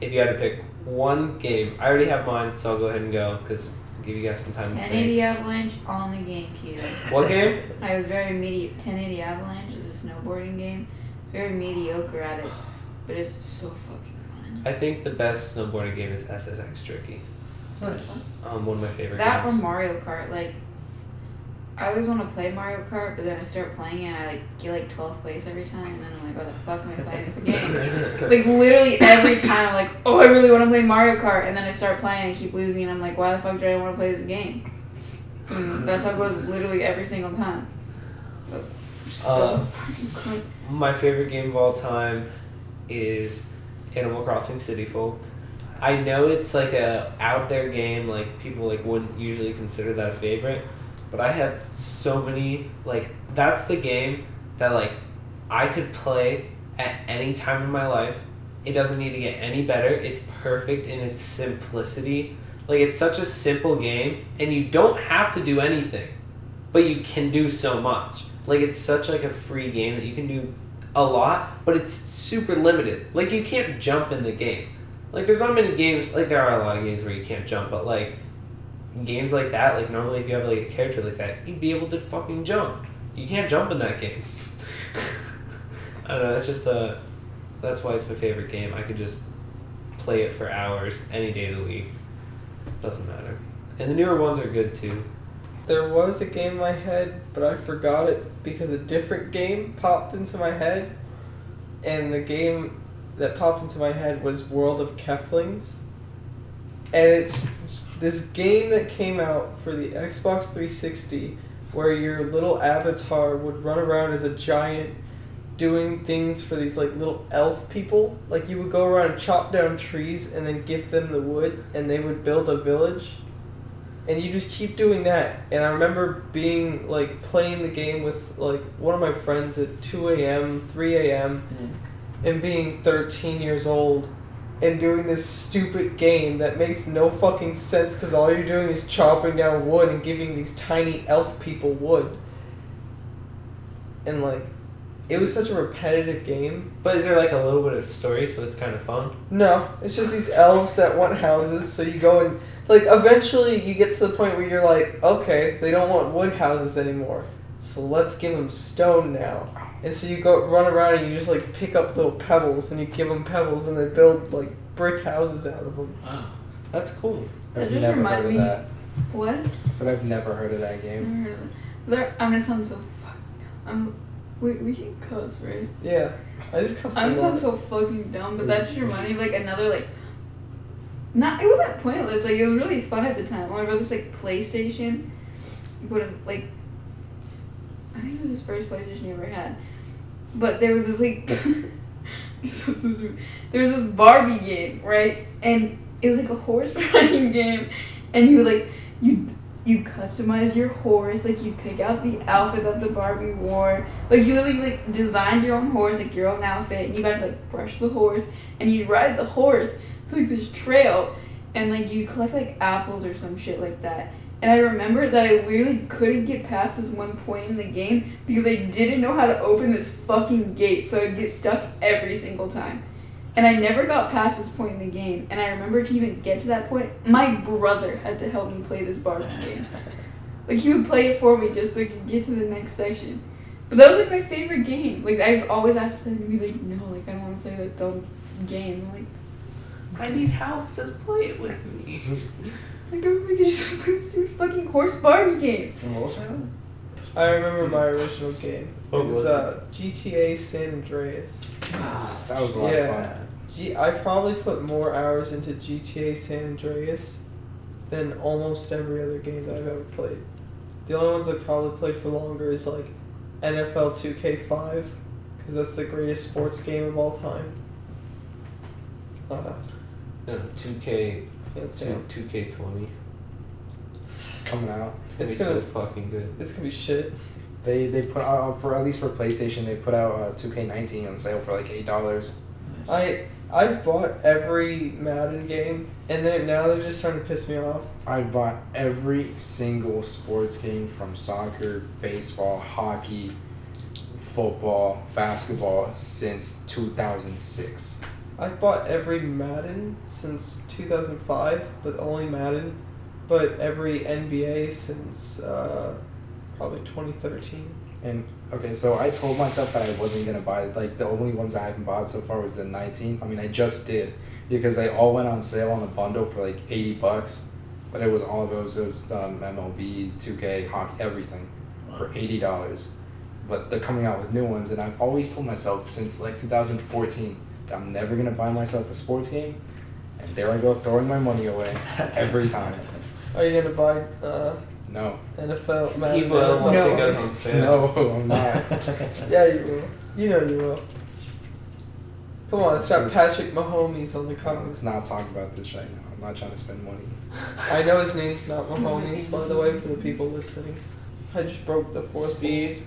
[SPEAKER 3] If you had to pick one game, I already have mine, so I'll go ahead and go because give you guys some time to think.
[SPEAKER 2] 1080 Avalanche on the GameCube.
[SPEAKER 3] What game?
[SPEAKER 2] I was very medi. 1080 Avalanche is a snowboarding game. It's very mediocre at it, but it's so fucking fun.
[SPEAKER 3] I think the best snowboarding game is SSX Tricky.
[SPEAKER 4] Nice.
[SPEAKER 3] Um, one of my favorite
[SPEAKER 2] That or
[SPEAKER 3] games.
[SPEAKER 2] Mario Kart, like. I always want to play Mario Kart, but then I start playing it and I like get like 12th place every time, and then I'm like, why the fuck am I playing this game? Like literally every time, I'm like, oh, I really want to play Mario Kart, and then I start playing and I keep losing, and I'm like, why the fuck do I want to play this game? And that's how it goes literally every single time. But
[SPEAKER 3] Uh,
[SPEAKER 2] Fucking cunt.
[SPEAKER 3] My favorite game of all time is Animal Crossing City Folk. I know it's like a out there game, like people like wouldn't usually consider that a favorite, but I have so many like that's the game that like I could play at any time in my life. It doesn't need to get any better. It's perfect in its simplicity. Like it's such a simple game and you don't have to do anything, but you can do so much. Like it's such like a free game that you can do a lot, but it's super limited. Like you can't jump in the game. Like there's not many games like there are a lot of games where you can't jump, but like games like that, like normally if you have like a character like that, you'd be able to fucking jump. You can't jump in that game. I don't know, that's just a that's why it's my favorite game. I could just play it for hours any day of the week. Doesn't matter. And the newer ones are good too.
[SPEAKER 5] There was a game in my head, but I forgot it because a different game popped into my head, and the game that popped into my head was World of Keflings, and it's this game that came out for the Xbox 360, where your little avatar would run around as a giant, doing things for these like little elf people. Like you would go around and chop down trees, and then give them the wood, and they would build a village and you just keep doing that. And I remember being like playing the game with like one of my friends at 2 a.m., 3 a.m., and being 13 years old and doing this stupid game that makes no fucking sense because all you're doing is chopping down wood and giving these tiny elf people wood. And like, it was such a repetitive game.
[SPEAKER 3] But is there like a little bit of story so it's kind of fun?
[SPEAKER 5] No, it's just these elves that want houses, so you go and like eventually you get to the point where you're like, okay, they don't want wood houses anymore, so let's give them stone now. And so you go run around and you just like pick up little pebbles and you give them pebbles and they build like brick houses out of them.
[SPEAKER 4] Wow.
[SPEAKER 3] That's cool.
[SPEAKER 2] That
[SPEAKER 1] I've
[SPEAKER 2] just
[SPEAKER 1] never
[SPEAKER 2] reminded
[SPEAKER 1] heard of
[SPEAKER 2] me-
[SPEAKER 1] that.
[SPEAKER 2] What?
[SPEAKER 1] I said I've never heard of that game.
[SPEAKER 2] There, I'm gonna sound so fucking. I'm. We we can cuss, right?
[SPEAKER 5] Yeah, I just cussed
[SPEAKER 2] I'm
[SPEAKER 5] them out.
[SPEAKER 2] sound so fucking dumb, but that just reminded me of like another like. Not it wasn't pointless. Like it was really fun at the time. My brother's like PlayStation, but like. I think it was his first PlayStation he ever had, but there was this like. so, so, so- there was this Barbie game, right? And it was like a horse riding game, and you would like you you customize your horse, like you pick out the outfit that the Barbie wore, like you literally like designed your own horse, like your own outfit, and you got to like brush the horse, and you ride the horse to like this trail, and like you collect like apples or some shit like that. And I remember that I literally couldn't get past this one point in the game because I didn't know how to open this fucking gate, so I'd get stuck every single time. And I never got past this point in the game. And I remember to even get to that point, my brother had to help me play this Barbie game. Like he would play it for me just so I could get to the next section. But that was like my favorite game. Like I've always asked them to be like, no, like I don't want to play like dumb game. I'm Like,
[SPEAKER 3] I need help. Just play it with me.
[SPEAKER 2] like I was like, you just play this stupid fucking horse Barbie game.
[SPEAKER 4] And what was that one?
[SPEAKER 5] I remember my original game.
[SPEAKER 3] What
[SPEAKER 5] it was,
[SPEAKER 3] was it?
[SPEAKER 5] uh, GTA San Andreas.
[SPEAKER 4] Ah,
[SPEAKER 1] That was a lot of fun.
[SPEAKER 5] Yeah. Gee, I probably put more hours into GTA San Andreas than almost every other game that I've ever played. The only ones I've probably played for longer is like NFL 2K5, because that's the greatest sports game of all time. Uh,
[SPEAKER 3] No, two K,
[SPEAKER 5] hands down.
[SPEAKER 3] two K twenty.
[SPEAKER 1] It's coming out.
[SPEAKER 5] It's
[SPEAKER 3] It's so
[SPEAKER 5] gonna-
[SPEAKER 3] fucking good.
[SPEAKER 5] It's gonna be shit.
[SPEAKER 1] They they put out uh, for at least for PlayStation they put out uh, 2K19 on sale for like eight dollars.
[SPEAKER 4] nice.
[SPEAKER 5] I I've bought every Madden game, and then now they're just starting to piss me off.
[SPEAKER 1] I bought every single sports game from soccer, baseball, hockey, football, basketball since 2006.
[SPEAKER 5] I've bought every Madden since 2005, but only Madden, but every NBA since uh, probably 2013.
[SPEAKER 1] And okay, so I told myself that I wasn't gonna buy it. Like the only ones I haven't bought so far was the 19. I mean, I just did because they all went on sale on a bundle for like 80 bucks, but it was all of those, those um, MLB, 2K, hockey, everything. for eighty dollars, but they're coming out with new ones. And I've always told myself since like two thousand fourteen that I'm never gonna buy myself a sports game, and there I go throwing my money away every time.
[SPEAKER 5] Are you gonna Oh, buy uh,
[SPEAKER 1] No.
[SPEAKER 5] NFL Madden.
[SPEAKER 3] He will once
[SPEAKER 2] No.
[SPEAKER 3] it goes on sale.
[SPEAKER 1] No, I'm not.
[SPEAKER 4] yeah.
[SPEAKER 5] Yeah, you will. You know you will. Come on, it's got
[SPEAKER 1] Jeez.
[SPEAKER 5] Patrick Mahomes on the cover.
[SPEAKER 1] Let's not talk about this right now. I'm not trying to spend money.
[SPEAKER 5] I know his name's not Mahomes, by the way, for the people listening. I just broke the fourth
[SPEAKER 3] Speed,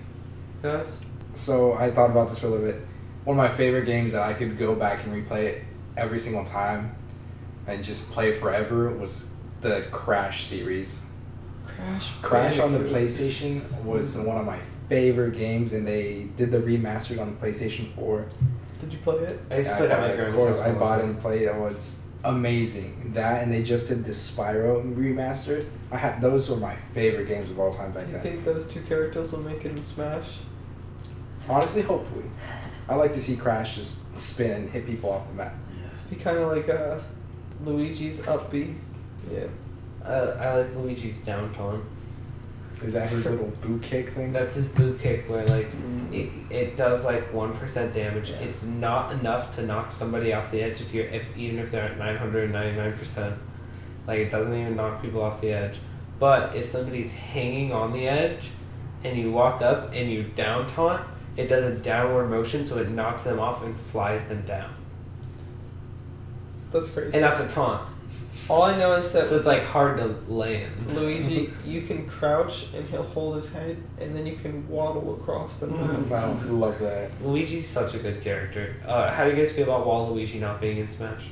[SPEAKER 3] guys.
[SPEAKER 1] So I thought about this for a little bit. One of my favorite games that I could go back and replay it every single time and just play forever was the Crash series.
[SPEAKER 5] Crash.
[SPEAKER 1] Crash on the
[SPEAKER 5] Bandicoot.
[SPEAKER 1] PlayStation was one of my favorite games, and they did the remastered on the PlayStation Four.
[SPEAKER 5] Did you play it?
[SPEAKER 3] I used to put it
[SPEAKER 1] I-
[SPEAKER 3] on my
[SPEAKER 1] Of
[SPEAKER 3] grandma's
[SPEAKER 1] course,
[SPEAKER 3] house
[SPEAKER 1] I
[SPEAKER 3] all the
[SPEAKER 1] bought it
[SPEAKER 3] time.
[SPEAKER 1] and played it. Oh, it's amazing. That and they just did the Spyro remastered. I had those were my favorite games of all time back
[SPEAKER 5] Do you
[SPEAKER 1] then.
[SPEAKER 5] think those two characters will make it in Smash?
[SPEAKER 1] Honestly, hopefully, I like to see Crash just spin and hit people off the map.
[SPEAKER 5] Be kind of like uh, Luigi's upbeat. Yeah.
[SPEAKER 3] Uh, I like Luigi's downtown.
[SPEAKER 1] Is that his little boot kick thing?
[SPEAKER 3] That's his boot kick where like it, it does like one percent damage. It's not enough to knock somebody off the edge if you're if even if they're at nine hundred and ninety nine percent. Like it doesn't even knock people off the edge. But if somebody's hanging on the edge and you walk up and you down taunt, it does a downward motion so it knocks them off and flies them down.
[SPEAKER 5] That's crazy.
[SPEAKER 3] And that's a taunt.
[SPEAKER 5] All I know is that
[SPEAKER 3] So it's like hard to land.
[SPEAKER 5] Luigi, you can crouch and he'll hold his head, and then you can waddle across the map.
[SPEAKER 1] I love that.
[SPEAKER 3] Luigi's such a good character. Uh, how do you guys feel about Waluigi not being in Smash?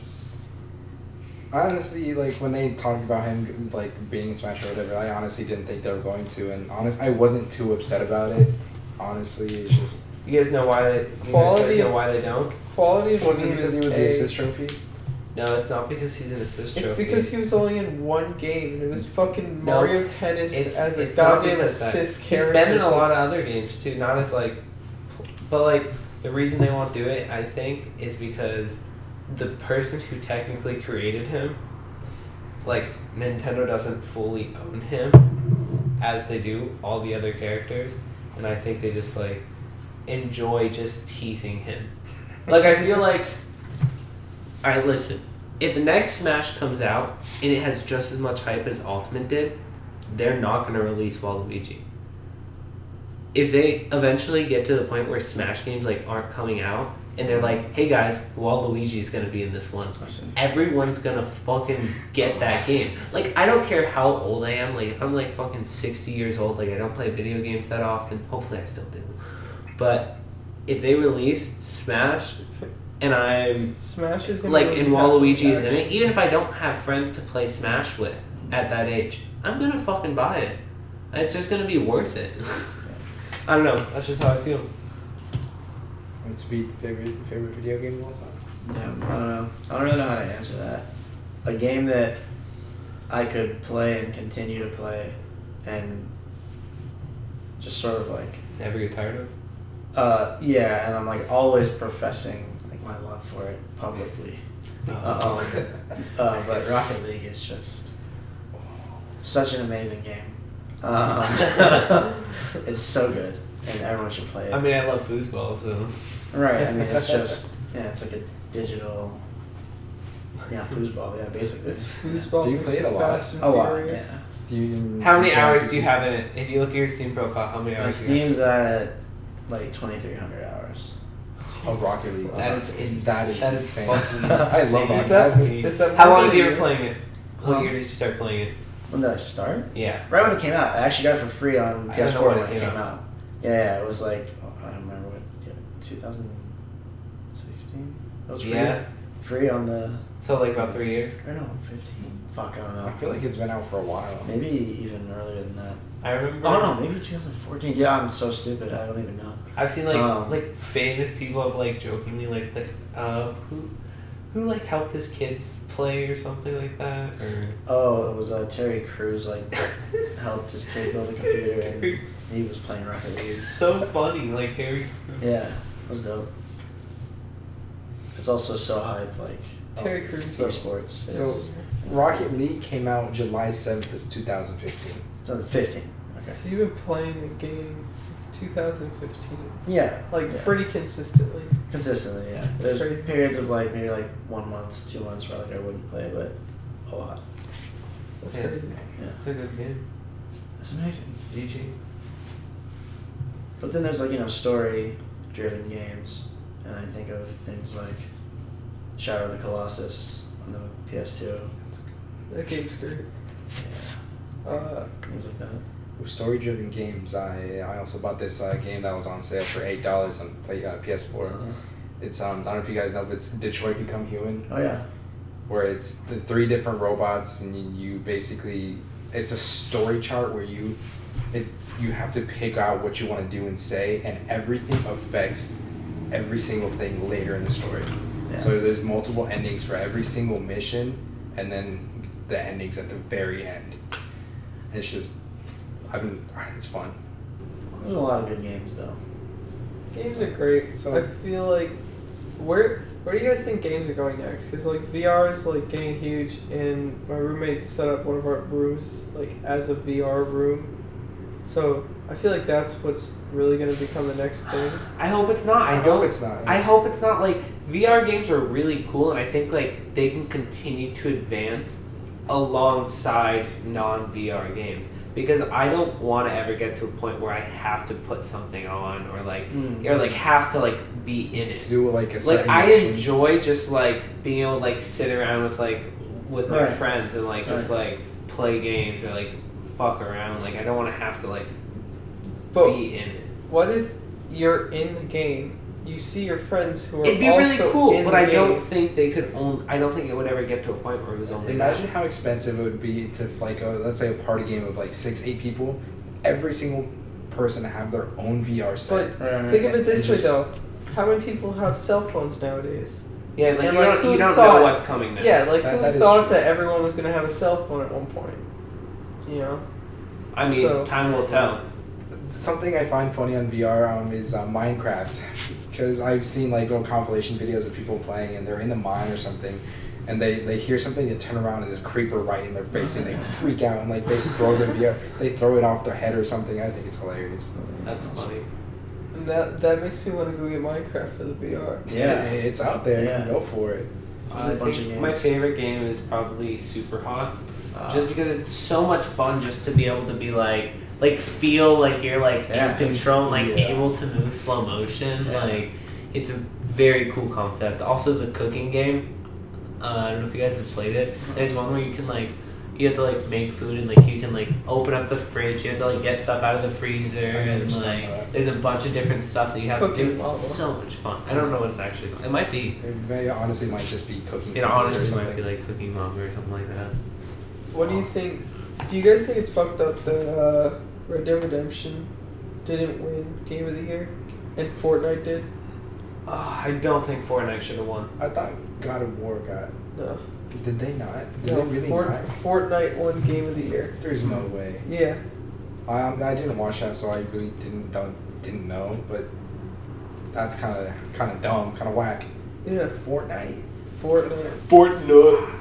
[SPEAKER 1] I honestly like when they talked about him like being in Smash or whatever. I honestly didn't think they were going to, and honest, I wasn't too upset about it. Honestly, it's just
[SPEAKER 3] You guys know why they, you guys
[SPEAKER 5] Quality
[SPEAKER 3] know
[SPEAKER 5] of-
[SPEAKER 3] why they don't?
[SPEAKER 5] Quality of
[SPEAKER 1] wasn't
[SPEAKER 5] game
[SPEAKER 1] because he
[SPEAKER 5] is
[SPEAKER 1] was the
[SPEAKER 5] A.
[SPEAKER 1] assist trophy.
[SPEAKER 3] No, it's not because he's an assist
[SPEAKER 5] It's
[SPEAKER 3] trophy.
[SPEAKER 5] because he was only in one game, and it was fucking
[SPEAKER 3] No,
[SPEAKER 5] Mario Tennis
[SPEAKER 3] it's-
[SPEAKER 5] as a
[SPEAKER 3] it's not
[SPEAKER 5] goddamn
[SPEAKER 3] because that-
[SPEAKER 5] assist
[SPEAKER 3] he's
[SPEAKER 5] character.
[SPEAKER 3] been in a lot of other games too. Not as like, but like the reason they won't do it, I think, is because the person who technically created him, like Nintendo doesn't fully own him, as they do all the other characters, and I think they just like enjoy just teasing him. Like I feel like. All right, listen. If the next Smash comes out and it has just as much hype as Ultimate did, they're not going to release Waluigi. If they eventually get to the point where Smash games like aren't coming out and they're like, "Hey guys, Waluigi's going to be in this one."
[SPEAKER 4] Listen.
[SPEAKER 3] Everyone's going to fucking get that game. Like I don't care how old I am. Like if I'm like fucking 60 years old, like I don't play video games that often. Hopefully I still do. But if they release Smash and I'm
[SPEAKER 5] Smash is gonna
[SPEAKER 3] like
[SPEAKER 5] really
[SPEAKER 3] in
[SPEAKER 5] have
[SPEAKER 3] Waluigi
[SPEAKER 5] some
[SPEAKER 3] is in
[SPEAKER 5] action.
[SPEAKER 3] it, even if I don't have friends to play Smash with at that age, I'm gonna fucking buy it. It's just gonna be worth it. I don't know. That's just how I feel.
[SPEAKER 1] What's be favorite favorite video game of all time?
[SPEAKER 4] No, I don't know. I don't really know how to answer that. A game that I could play and continue to play and just sort of like
[SPEAKER 3] Never get tired of.
[SPEAKER 4] uh yeah, and I'm like always professing like my love for it publicly.
[SPEAKER 3] Oh.
[SPEAKER 4] Uh-oh. Uh, but Rocket League is just such an amazing game. Um, it's so good, and everyone should play it.
[SPEAKER 3] I mean, I love foosball, so
[SPEAKER 4] right? I mean, it's just yeah, it's like a digital yeah foosball. Yeah, basically,
[SPEAKER 5] It's foosball.
[SPEAKER 1] Do you
[SPEAKER 5] mixed
[SPEAKER 1] play it a
[SPEAKER 5] with
[SPEAKER 1] lot?
[SPEAKER 5] Fast and
[SPEAKER 4] a lot.
[SPEAKER 5] Furious.
[SPEAKER 4] Yeah.
[SPEAKER 1] Do you,
[SPEAKER 3] how many hours do you have in it? If you look at your Steam profile, how many
[SPEAKER 4] My
[SPEAKER 3] hours? do you
[SPEAKER 4] Steam's at like twenty three hundred hours.
[SPEAKER 1] Oh, Rocket League.
[SPEAKER 3] have? That is in,
[SPEAKER 1] That is
[SPEAKER 3] that is
[SPEAKER 1] insane.
[SPEAKER 3] fucking
[SPEAKER 1] I love
[SPEAKER 3] insane.
[SPEAKER 5] Is that,
[SPEAKER 3] Rocket
[SPEAKER 5] is that
[SPEAKER 3] How
[SPEAKER 5] more
[SPEAKER 3] long
[SPEAKER 5] than
[SPEAKER 3] have you
[SPEAKER 5] a
[SPEAKER 3] ever playing it? What
[SPEAKER 4] Huh?
[SPEAKER 3] year did you start playing it?
[SPEAKER 4] When did I start?
[SPEAKER 3] Yeah.
[SPEAKER 4] Right when it came out, I actually got it for free on
[SPEAKER 3] I don't know
[SPEAKER 4] PS4
[SPEAKER 3] when
[SPEAKER 4] when,
[SPEAKER 3] it
[SPEAKER 4] it
[SPEAKER 3] came
[SPEAKER 4] came
[SPEAKER 3] out.
[SPEAKER 4] out. Yeah, yeah, it was like oh, I don't remember what yeah, two thousand sixteen. It was free.
[SPEAKER 3] Yeah.
[SPEAKER 4] Free on the
[SPEAKER 3] So like about three years.
[SPEAKER 4] Or no, 15. Fuck, I don't know.
[SPEAKER 1] I feel like it's been out for a while.
[SPEAKER 4] Maybe even earlier than that.
[SPEAKER 3] I remember.
[SPEAKER 4] Oh no, maybe 2014. Yeah, I'm so stupid. I don't even know.
[SPEAKER 3] I've seen like
[SPEAKER 4] Um,
[SPEAKER 3] like famous people have like jokingly like like uh who who like helped his kids play or something like that or
[SPEAKER 4] Oh, it was uh, Terry Crews, like, helped his kid build a computer and he was playing Rocket League.
[SPEAKER 3] it's so funny like Harry
[SPEAKER 4] Yeah, it was dope. It's also so hype, like, oh,
[SPEAKER 5] Terry Crews.
[SPEAKER 4] so sports. It's,
[SPEAKER 1] So Rocket League came out July seventh of two thousand fifteen.
[SPEAKER 4] it's on 15. Okay.
[SPEAKER 5] So you've been playing the game since 2015,
[SPEAKER 4] Yeah.
[SPEAKER 5] like
[SPEAKER 4] yeah.
[SPEAKER 5] pretty consistently.
[SPEAKER 4] Consistently, yeah.
[SPEAKER 5] That's
[SPEAKER 4] There's
[SPEAKER 5] crazy.
[SPEAKER 4] periods of, like, maybe, like, one month, two months where, like, I wouldn't play, but a lot.
[SPEAKER 5] That's
[SPEAKER 3] Yeah.
[SPEAKER 5] crazy.
[SPEAKER 4] Yeah.
[SPEAKER 3] it's a good game
[SPEAKER 4] It's amazing.
[SPEAKER 3] DG.
[SPEAKER 4] But then there's like you know story driven games, and I think of things like Shadow of the Colossus on the PS2,
[SPEAKER 5] That game's great. Uh,
[SPEAKER 4] things like that.
[SPEAKER 1] With story-driven games, I I also bought this uh, game that was on sale for eight dollars on play, uh, PS4. It's um I don't know if you guys know, but it's Detroit Become Human,
[SPEAKER 4] Oh yeah,
[SPEAKER 1] where it's the three different robots, and you, you basically it's a story chart where you it you have to pick out what you want to do and say, and everything affects every single thing later in the story.
[SPEAKER 4] yeah.
[SPEAKER 1] So there's multiple endings for every single mission, and then the endings at the very end. It's just, I've been, it's fun.
[SPEAKER 4] there's a lot of good games though.
[SPEAKER 5] games are great.
[SPEAKER 1] So-
[SPEAKER 5] I feel like where where do you guys think games are going next? Because like VR is like getting huge, and my roommates set up one of our rooms like as a VR room. So I feel like that's what's really gonna become the next thing.
[SPEAKER 3] I hope it's not. I
[SPEAKER 1] hope
[SPEAKER 3] don't.
[SPEAKER 1] it's not.
[SPEAKER 3] I hope it's not like VR games are really cool, and I think like they can continue to advance alongside non VR games because I don't want to ever get to a point where I have to put something on or like
[SPEAKER 4] Mm.
[SPEAKER 3] or like have to like be in
[SPEAKER 1] to
[SPEAKER 3] it.
[SPEAKER 1] do like a
[SPEAKER 3] Like
[SPEAKER 1] certain
[SPEAKER 3] I
[SPEAKER 1] mission.
[SPEAKER 3] enjoy just like being able to like sit around with like with my
[SPEAKER 4] Right.
[SPEAKER 3] friends and like just like play games or like fuck around. Like I don't want to have to like
[SPEAKER 5] But
[SPEAKER 3] be in it.
[SPEAKER 5] what if you're in the game? You see your friends who are
[SPEAKER 3] It'd be really
[SPEAKER 5] also
[SPEAKER 3] cool,
[SPEAKER 5] in
[SPEAKER 3] but
[SPEAKER 5] the
[SPEAKER 3] I
[SPEAKER 5] game.
[SPEAKER 3] don't think they could own. I don't think it would ever get to a point where it was only.
[SPEAKER 1] Imagine how expensive it would be to like a let's say a party game of like six eight people, every single person to have their own VR set.
[SPEAKER 5] But
[SPEAKER 4] Right,
[SPEAKER 5] think of it this
[SPEAKER 1] And
[SPEAKER 5] way
[SPEAKER 1] just-
[SPEAKER 5] though. How many people have cell phones nowadays?
[SPEAKER 3] Yeah, like,
[SPEAKER 5] And,
[SPEAKER 3] you
[SPEAKER 5] like,
[SPEAKER 3] don't,
[SPEAKER 5] who
[SPEAKER 3] you don't
[SPEAKER 5] thought-
[SPEAKER 3] know what's coming next.
[SPEAKER 5] Yeah, like
[SPEAKER 1] That-
[SPEAKER 5] who
[SPEAKER 1] that is
[SPEAKER 5] thought
[SPEAKER 1] true.
[SPEAKER 5] that everyone was gonna have a cell phone at one point? You know?
[SPEAKER 3] I mean,
[SPEAKER 5] so-
[SPEAKER 3] time will tell.
[SPEAKER 1] Something I find funny on VR um, is uh, Minecraft, because I've seen like little compilation videos of people playing and they're in the mine or something, and they, they hear something and turn around and there's a creeper right in their face and they freak out and like they throw their VR they throw it off their head or something. I think it's hilarious.
[SPEAKER 3] That's funny.
[SPEAKER 5] And that that makes me want to go get Minecraft for the VR.
[SPEAKER 4] Yeah.
[SPEAKER 1] It- it's out there.
[SPEAKER 4] Yeah.
[SPEAKER 1] Go for it.
[SPEAKER 4] There's a
[SPEAKER 3] I
[SPEAKER 4] bunch
[SPEAKER 3] think
[SPEAKER 4] of games.
[SPEAKER 3] my favorite game is probably Super Hot,
[SPEAKER 4] Uh,
[SPEAKER 3] just because it's so much fun just to be able to be like, like feel like you're like
[SPEAKER 4] Yeah.
[SPEAKER 3] in control, and, like
[SPEAKER 1] Yeah.
[SPEAKER 3] able to move slow motion.
[SPEAKER 4] Yeah.
[SPEAKER 3] Like, it's a very cool concept. Also, the cooking game. Uh, I don't know if you guys have played it. There's one where you can like. You have to like make food and like you can like open up the fridge. You have to like get stuff out of the freezer
[SPEAKER 1] I know what
[SPEAKER 3] and
[SPEAKER 1] you're talking
[SPEAKER 3] like
[SPEAKER 1] about.
[SPEAKER 3] there's a bunch of different stuff that you have
[SPEAKER 5] Cooking
[SPEAKER 3] to do.
[SPEAKER 5] level.
[SPEAKER 3] It's so much fun. I don't know what it's actually called. It might be
[SPEAKER 1] It may honestly might just be cooking.
[SPEAKER 3] it
[SPEAKER 1] something or
[SPEAKER 3] honestly might
[SPEAKER 1] something.
[SPEAKER 3] be like Cooking Mama or something like that.
[SPEAKER 5] What do you think? Do you guys think it's fucked up that uh, Red Dead Redemption didn't win Game of the Year and Fortnite did?
[SPEAKER 3] Oh, I don't think Fortnite should have won.
[SPEAKER 1] I thought God of War got.
[SPEAKER 5] No.
[SPEAKER 1] Did they not? Did
[SPEAKER 5] no
[SPEAKER 1] they really
[SPEAKER 5] Fort-
[SPEAKER 1] not?
[SPEAKER 5] Fortnite won Game of the Year.
[SPEAKER 1] There's no way.
[SPEAKER 5] Yeah.
[SPEAKER 1] I I didn't watch that, so I really didn't don't, didn't know. But that's kind of kind of dumb, kind of whack.
[SPEAKER 5] Yeah.
[SPEAKER 1] Fortnite.
[SPEAKER 5] Fortnite.
[SPEAKER 3] Fortnite.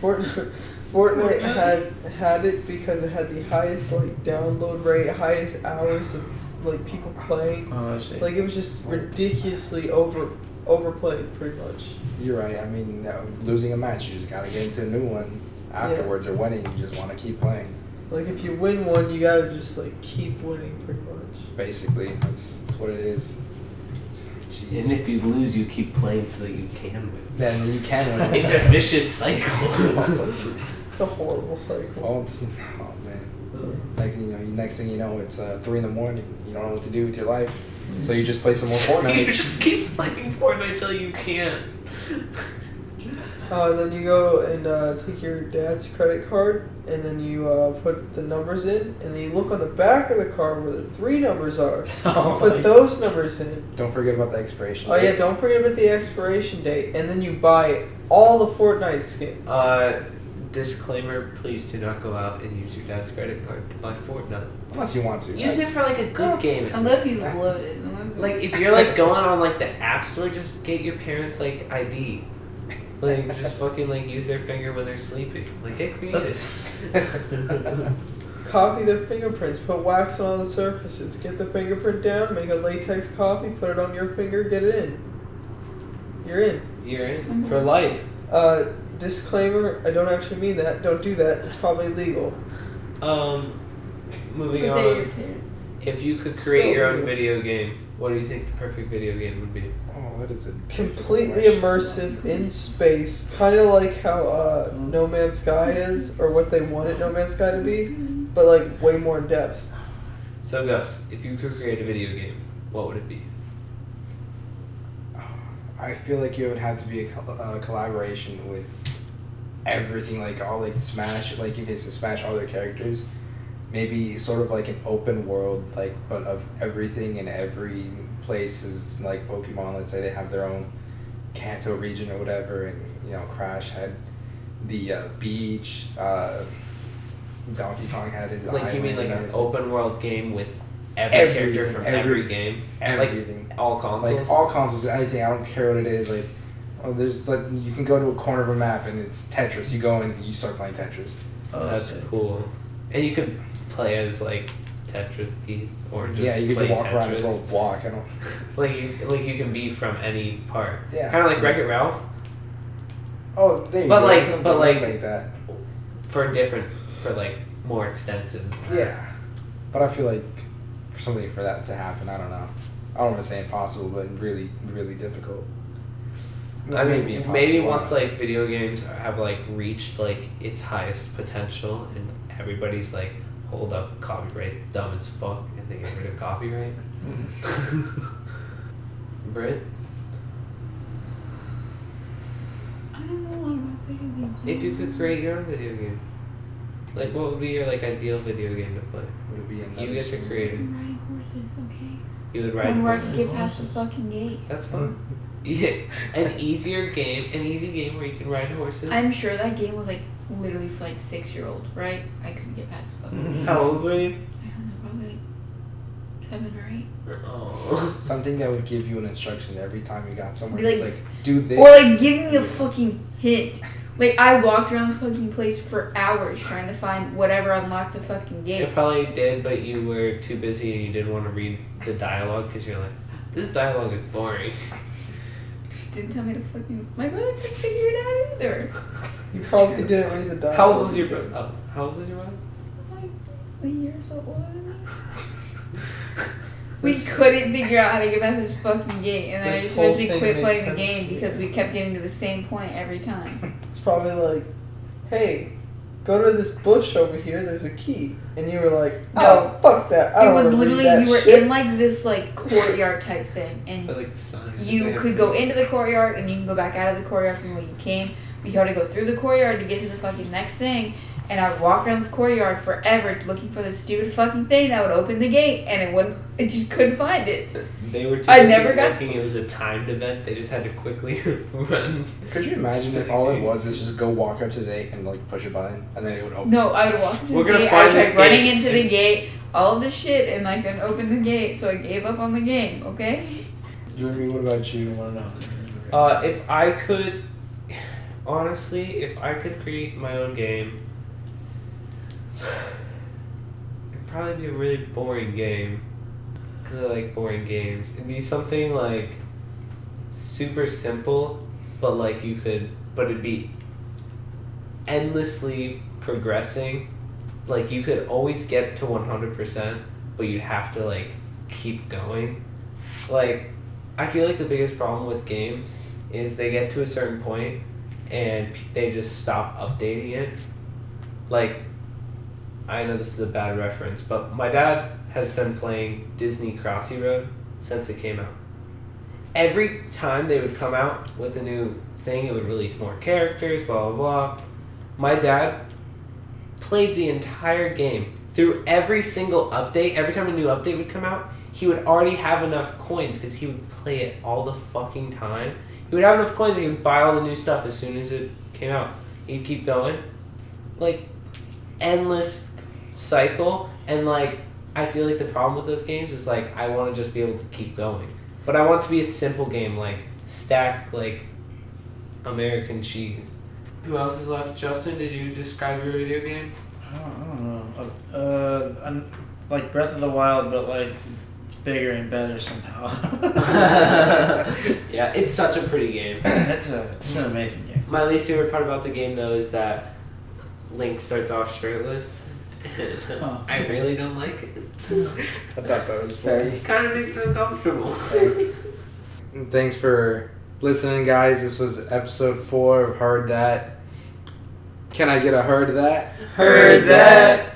[SPEAKER 5] Fortnite. Fortnite
[SPEAKER 2] Fortnite.
[SPEAKER 5] had had it because it had the highest like download rate, highest hours of like people playing.
[SPEAKER 4] oh, I see.
[SPEAKER 5] Like it was just ridiculously over overplayed, pretty much.
[SPEAKER 1] You're right. I mean, no, losing a match, you just gotta get into a new one afterwards, or winning, you just want to keep playing.
[SPEAKER 5] Like if you win one, you gotta just like keep winning, pretty much.
[SPEAKER 1] Basically, that's, that's what it is. It's-
[SPEAKER 3] And
[SPEAKER 1] Jeez.
[SPEAKER 3] if you lose, you keep playing so that you can win.
[SPEAKER 1] Then you can win.
[SPEAKER 3] It's a vicious cycle.
[SPEAKER 5] It's a horrible cycle.
[SPEAKER 1] Oh, it's- oh, man. Next thing you know, next thing you know, it's uh, three in the morning. You don't know what to do with your life, so you just play some more
[SPEAKER 3] Mm. you
[SPEAKER 1] Fortnite.
[SPEAKER 3] just keep playing Fortnite till you can't.
[SPEAKER 5] Uh, and then you go and uh, take your dad's credit card, and then you uh, put the numbers in, and then you look on the back of the card where the three numbers are.
[SPEAKER 4] oh,
[SPEAKER 5] put
[SPEAKER 4] my-
[SPEAKER 5] those numbers in.
[SPEAKER 1] Don't forget about the expiration.
[SPEAKER 5] Oh yeah,
[SPEAKER 1] date.
[SPEAKER 5] don't forget about the expiration date, and then you buy all the Fortnite skins.
[SPEAKER 3] Uh, disclaimer: Please do not go out and use your dad's credit card to buy Fortnite.
[SPEAKER 1] unless you want to.
[SPEAKER 3] Use it
[SPEAKER 1] That's-
[SPEAKER 3] for like a good game. at
[SPEAKER 2] Unless
[SPEAKER 3] least.
[SPEAKER 2] he's loaded. Unless
[SPEAKER 3] Like if you're like going on like the app store, just get your parents like ID. Like just fucking like use their finger when they're sleeping. Like get creative.
[SPEAKER 5] copy their fingerprints, put wax on all the surfaces, get the fingerprint down, make a latex copy, put it on your finger, get it in. You're in.
[SPEAKER 3] You're
[SPEAKER 5] Mm-hmm.
[SPEAKER 3] in for life.
[SPEAKER 5] Uh, disclaimer, I don't actually mean that. Don't do that. It's probably illegal.
[SPEAKER 3] Um moving
[SPEAKER 2] But they're your
[SPEAKER 3] on.
[SPEAKER 2] parents.
[SPEAKER 3] If you could create
[SPEAKER 5] Still
[SPEAKER 3] your own
[SPEAKER 5] do.
[SPEAKER 3] video game, what do you think the perfect video game would be?
[SPEAKER 1] Oh, that is a
[SPEAKER 5] completely immersive in space, kind of like how uh, No Man's Sky is, or what they wanted No Man's Sky to be, but like way more in depth.
[SPEAKER 3] So Gus, if you could create a video game, what would it be?
[SPEAKER 1] I feel like it would have to be a col- uh, collaboration with everything, like all like Smash, like you guys can smash all their characters. Maybe sort of like an open world, like but of everything and every place is like Pokemon. Let's say they have their own Kanto region or whatever, and you know Crash had the uh, beach. Uh, Donkey Kong had his
[SPEAKER 3] Like you mean
[SPEAKER 1] island and
[SPEAKER 3] like an
[SPEAKER 1] everything.
[SPEAKER 3] open world game with every
[SPEAKER 1] Everything,
[SPEAKER 3] character from every,
[SPEAKER 1] every-
[SPEAKER 3] game,
[SPEAKER 1] everything.
[SPEAKER 3] like all consoles.
[SPEAKER 1] like all consoles, anything. I don't care what it is. Like, oh, there's like you can go to a corner of a map and it's Tetris. You go in and you start playing Tetris.
[SPEAKER 4] Oh,
[SPEAKER 3] That's
[SPEAKER 4] sick.
[SPEAKER 3] cool. And you could play as like Tetris piece or just
[SPEAKER 1] yeah, you could
[SPEAKER 3] play
[SPEAKER 1] just walk
[SPEAKER 3] Tetris.
[SPEAKER 1] around this little block. I don't.
[SPEAKER 3] Like you like you can be from any part.
[SPEAKER 1] Yeah.
[SPEAKER 3] Kind of like Wreck It Ralph
[SPEAKER 1] Oh, there you
[SPEAKER 3] But
[SPEAKER 1] go.
[SPEAKER 3] like-
[SPEAKER 1] something
[SPEAKER 3] but like-
[SPEAKER 1] that.
[SPEAKER 3] for different for like more extensive.
[SPEAKER 1] Yeah, but I feel like for something for that to happen, I don't know. I don't want to say impossible, but really, really difficult.
[SPEAKER 3] I mean,
[SPEAKER 1] Maybe
[SPEAKER 3] maybe,
[SPEAKER 1] impossible, I don't
[SPEAKER 3] once
[SPEAKER 1] know.
[SPEAKER 3] like video games have like reached like its highest potential, and everybody's like, "Hold up, copyright's dumb as fuck," and they get rid of copyright. Britt,
[SPEAKER 2] I don't know like, about video games.
[SPEAKER 3] if you could create your own video game, like what would be your like ideal video game to play?
[SPEAKER 1] Would it be another
[SPEAKER 3] You get to
[SPEAKER 1] screen?
[SPEAKER 3] create. it.
[SPEAKER 2] I'm riding horses, okay?
[SPEAKER 3] You would
[SPEAKER 2] When
[SPEAKER 3] ride.
[SPEAKER 2] I
[SPEAKER 3] it.
[SPEAKER 2] can get past the fucking gate.
[SPEAKER 3] That's fun. Yeah, an easier game, an easy game where you can ride horses.
[SPEAKER 2] I'm sure that game was like literally for like six year olds, right? I couldn't get past the fucking gate.
[SPEAKER 3] How old were you?
[SPEAKER 2] I don't know, probably like seven or eight.
[SPEAKER 3] Oh.
[SPEAKER 1] Something that would give you an instruction every time you got somewhere.
[SPEAKER 2] Be like-
[SPEAKER 1] It's like, do this.
[SPEAKER 2] Or like give me a fucking hint. Like I walked around this fucking place for hours trying to find whatever unlocked the fucking gate.
[SPEAKER 3] It probably did, but you were too busy and you didn't want to read the dialogue because you're like, this dialogue is boring.
[SPEAKER 2] Just didn't tell me to fucking. My brother couldn't figure it out either.
[SPEAKER 5] You probably didn't read the dialogue.
[SPEAKER 3] How old was your brother? Oh, how old was your brother?
[SPEAKER 2] Like a year or so older than me. We couldn't figure out how to get past this fucking gate, and then I
[SPEAKER 5] This
[SPEAKER 2] just
[SPEAKER 5] whole
[SPEAKER 2] eventually
[SPEAKER 5] thing
[SPEAKER 2] quit
[SPEAKER 5] makes
[SPEAKER 2] playing the
[SPEAKER 5] sense
[SPEAKER 2] game
[SPEAKER 5] to
[SPEAKER 2] because
[SPEAKER 5] me.
[SPEAKER 2] we kept getting to the same point every time.
[SPEAKER 5] It's probably like, hey, go to this bush over here. There's a key, and you were like, oh
[SPEAKER 2] No.
[SPEAKER 5] fuck that. I
[SPEAKER 2] it
[SPEAKER 5] don't
[SPEAKER 2] was
[SPEAKER 5] wanna read
[SPEAKER 2] literally
[SPEAKER 5] that
[SPEAKER 2] you were
[SPEAKER 5] shit.
[SPEAKER 2] in like this like courtyard type thing, and
[SPEAKER 3] But like son.
[SPEAKER 2] you could go into the courtyard and you can go back out of the courtyard from where you came. But you had to go through the courtyard to get to the fucking next thing. And I'd walk around this courtyard forever looking for this stupid fucking thing that would open the gate, and it wouldn't. It just couldn't find it.
[SPEAKER 3] They were too
[SPEAKER 2] I
[SPEAKER 3] busy
[SPEAKER 2] never got-
[SPEAKER 3] working. It was a timed event. They just had to quickly run.
[SPEAKER 1] Could you imagine if all it was is just go walk up to the gate and like push a button and then it would open?
[SPEAKER 2] No, I would walk into
[SPEAKER 3] We're
[SPEAKER 2] the
[SPEAKER 3] gonna
[SPEAKER 2] gate.
[SPEAKER 3] find
[SPEAKER 2] I tried
[SPEAKER 3] this
[SPEAKER 2] running
[SPEAKER 3] gate.
[SPEAKER 2] into the gate, all of this shit, and I couldn't open the gate, so I gave up on the game. Okay.
[SPEAKER 1] Jeremy, what about
[SPEAKER 4] You
[SPEAKER 1] you?
[SPEAKER 4] want to know?
[SPEAKER 3] Uh, if I could, honestly, if I could create my own game, it'd probably be a really boring game. Cause I like boring games. It'd be something like super simple, but like you could, but it'd be endlessly progressing. Like you could always get to one hundred percent, but you'd have to like keep going. Like I feel like the biggest problem with games is they get to a certain point and p- they just stop updating it. Like, I know this is a bad reference, but my dad has been playing Disney Crossy Road since it came out. Every time they would come out with a new thing, it would release more characters, blah blah blah. My dad played the entire game through every single update. Every time a new update would come out, he would already have enough coins because he would play it all the fucking time. He would have enough coins and he would buy all the new stuff as soon as it came out. He'd keep going. Like, endless cycle. And, like, I feel like the problem with those games is, like, I want to just be able to keep going. But I want it to be a simple game, like, stack, like, American cheese. Who else is left? Justin, did you describe your video game?
[SPEAKER 4] I don't, I don't know. Uh, Uh, I'm, like Breath of the Wild, but like bigger and better somehow.
[SPEAKER 3] yeah, it's such a pretty game.
[SPEAKER 4] that's a it's an amazing game.
[SPEAKER 3] My least favorite part about the game, though, is that Link starts off shirtless,
[SPEAKER 6] Oh.
[SPEAKER 3] I really don't like it.
[SPEAKER 1] I thought that was funny.
[SPEAKER 3] It kind of makes me uncomfortable.
[SPEAKER 1] Thanks for listening, guys. This was episode four of Heard That. Can I get a Heard That?
[SPEAKER 5] Heard that.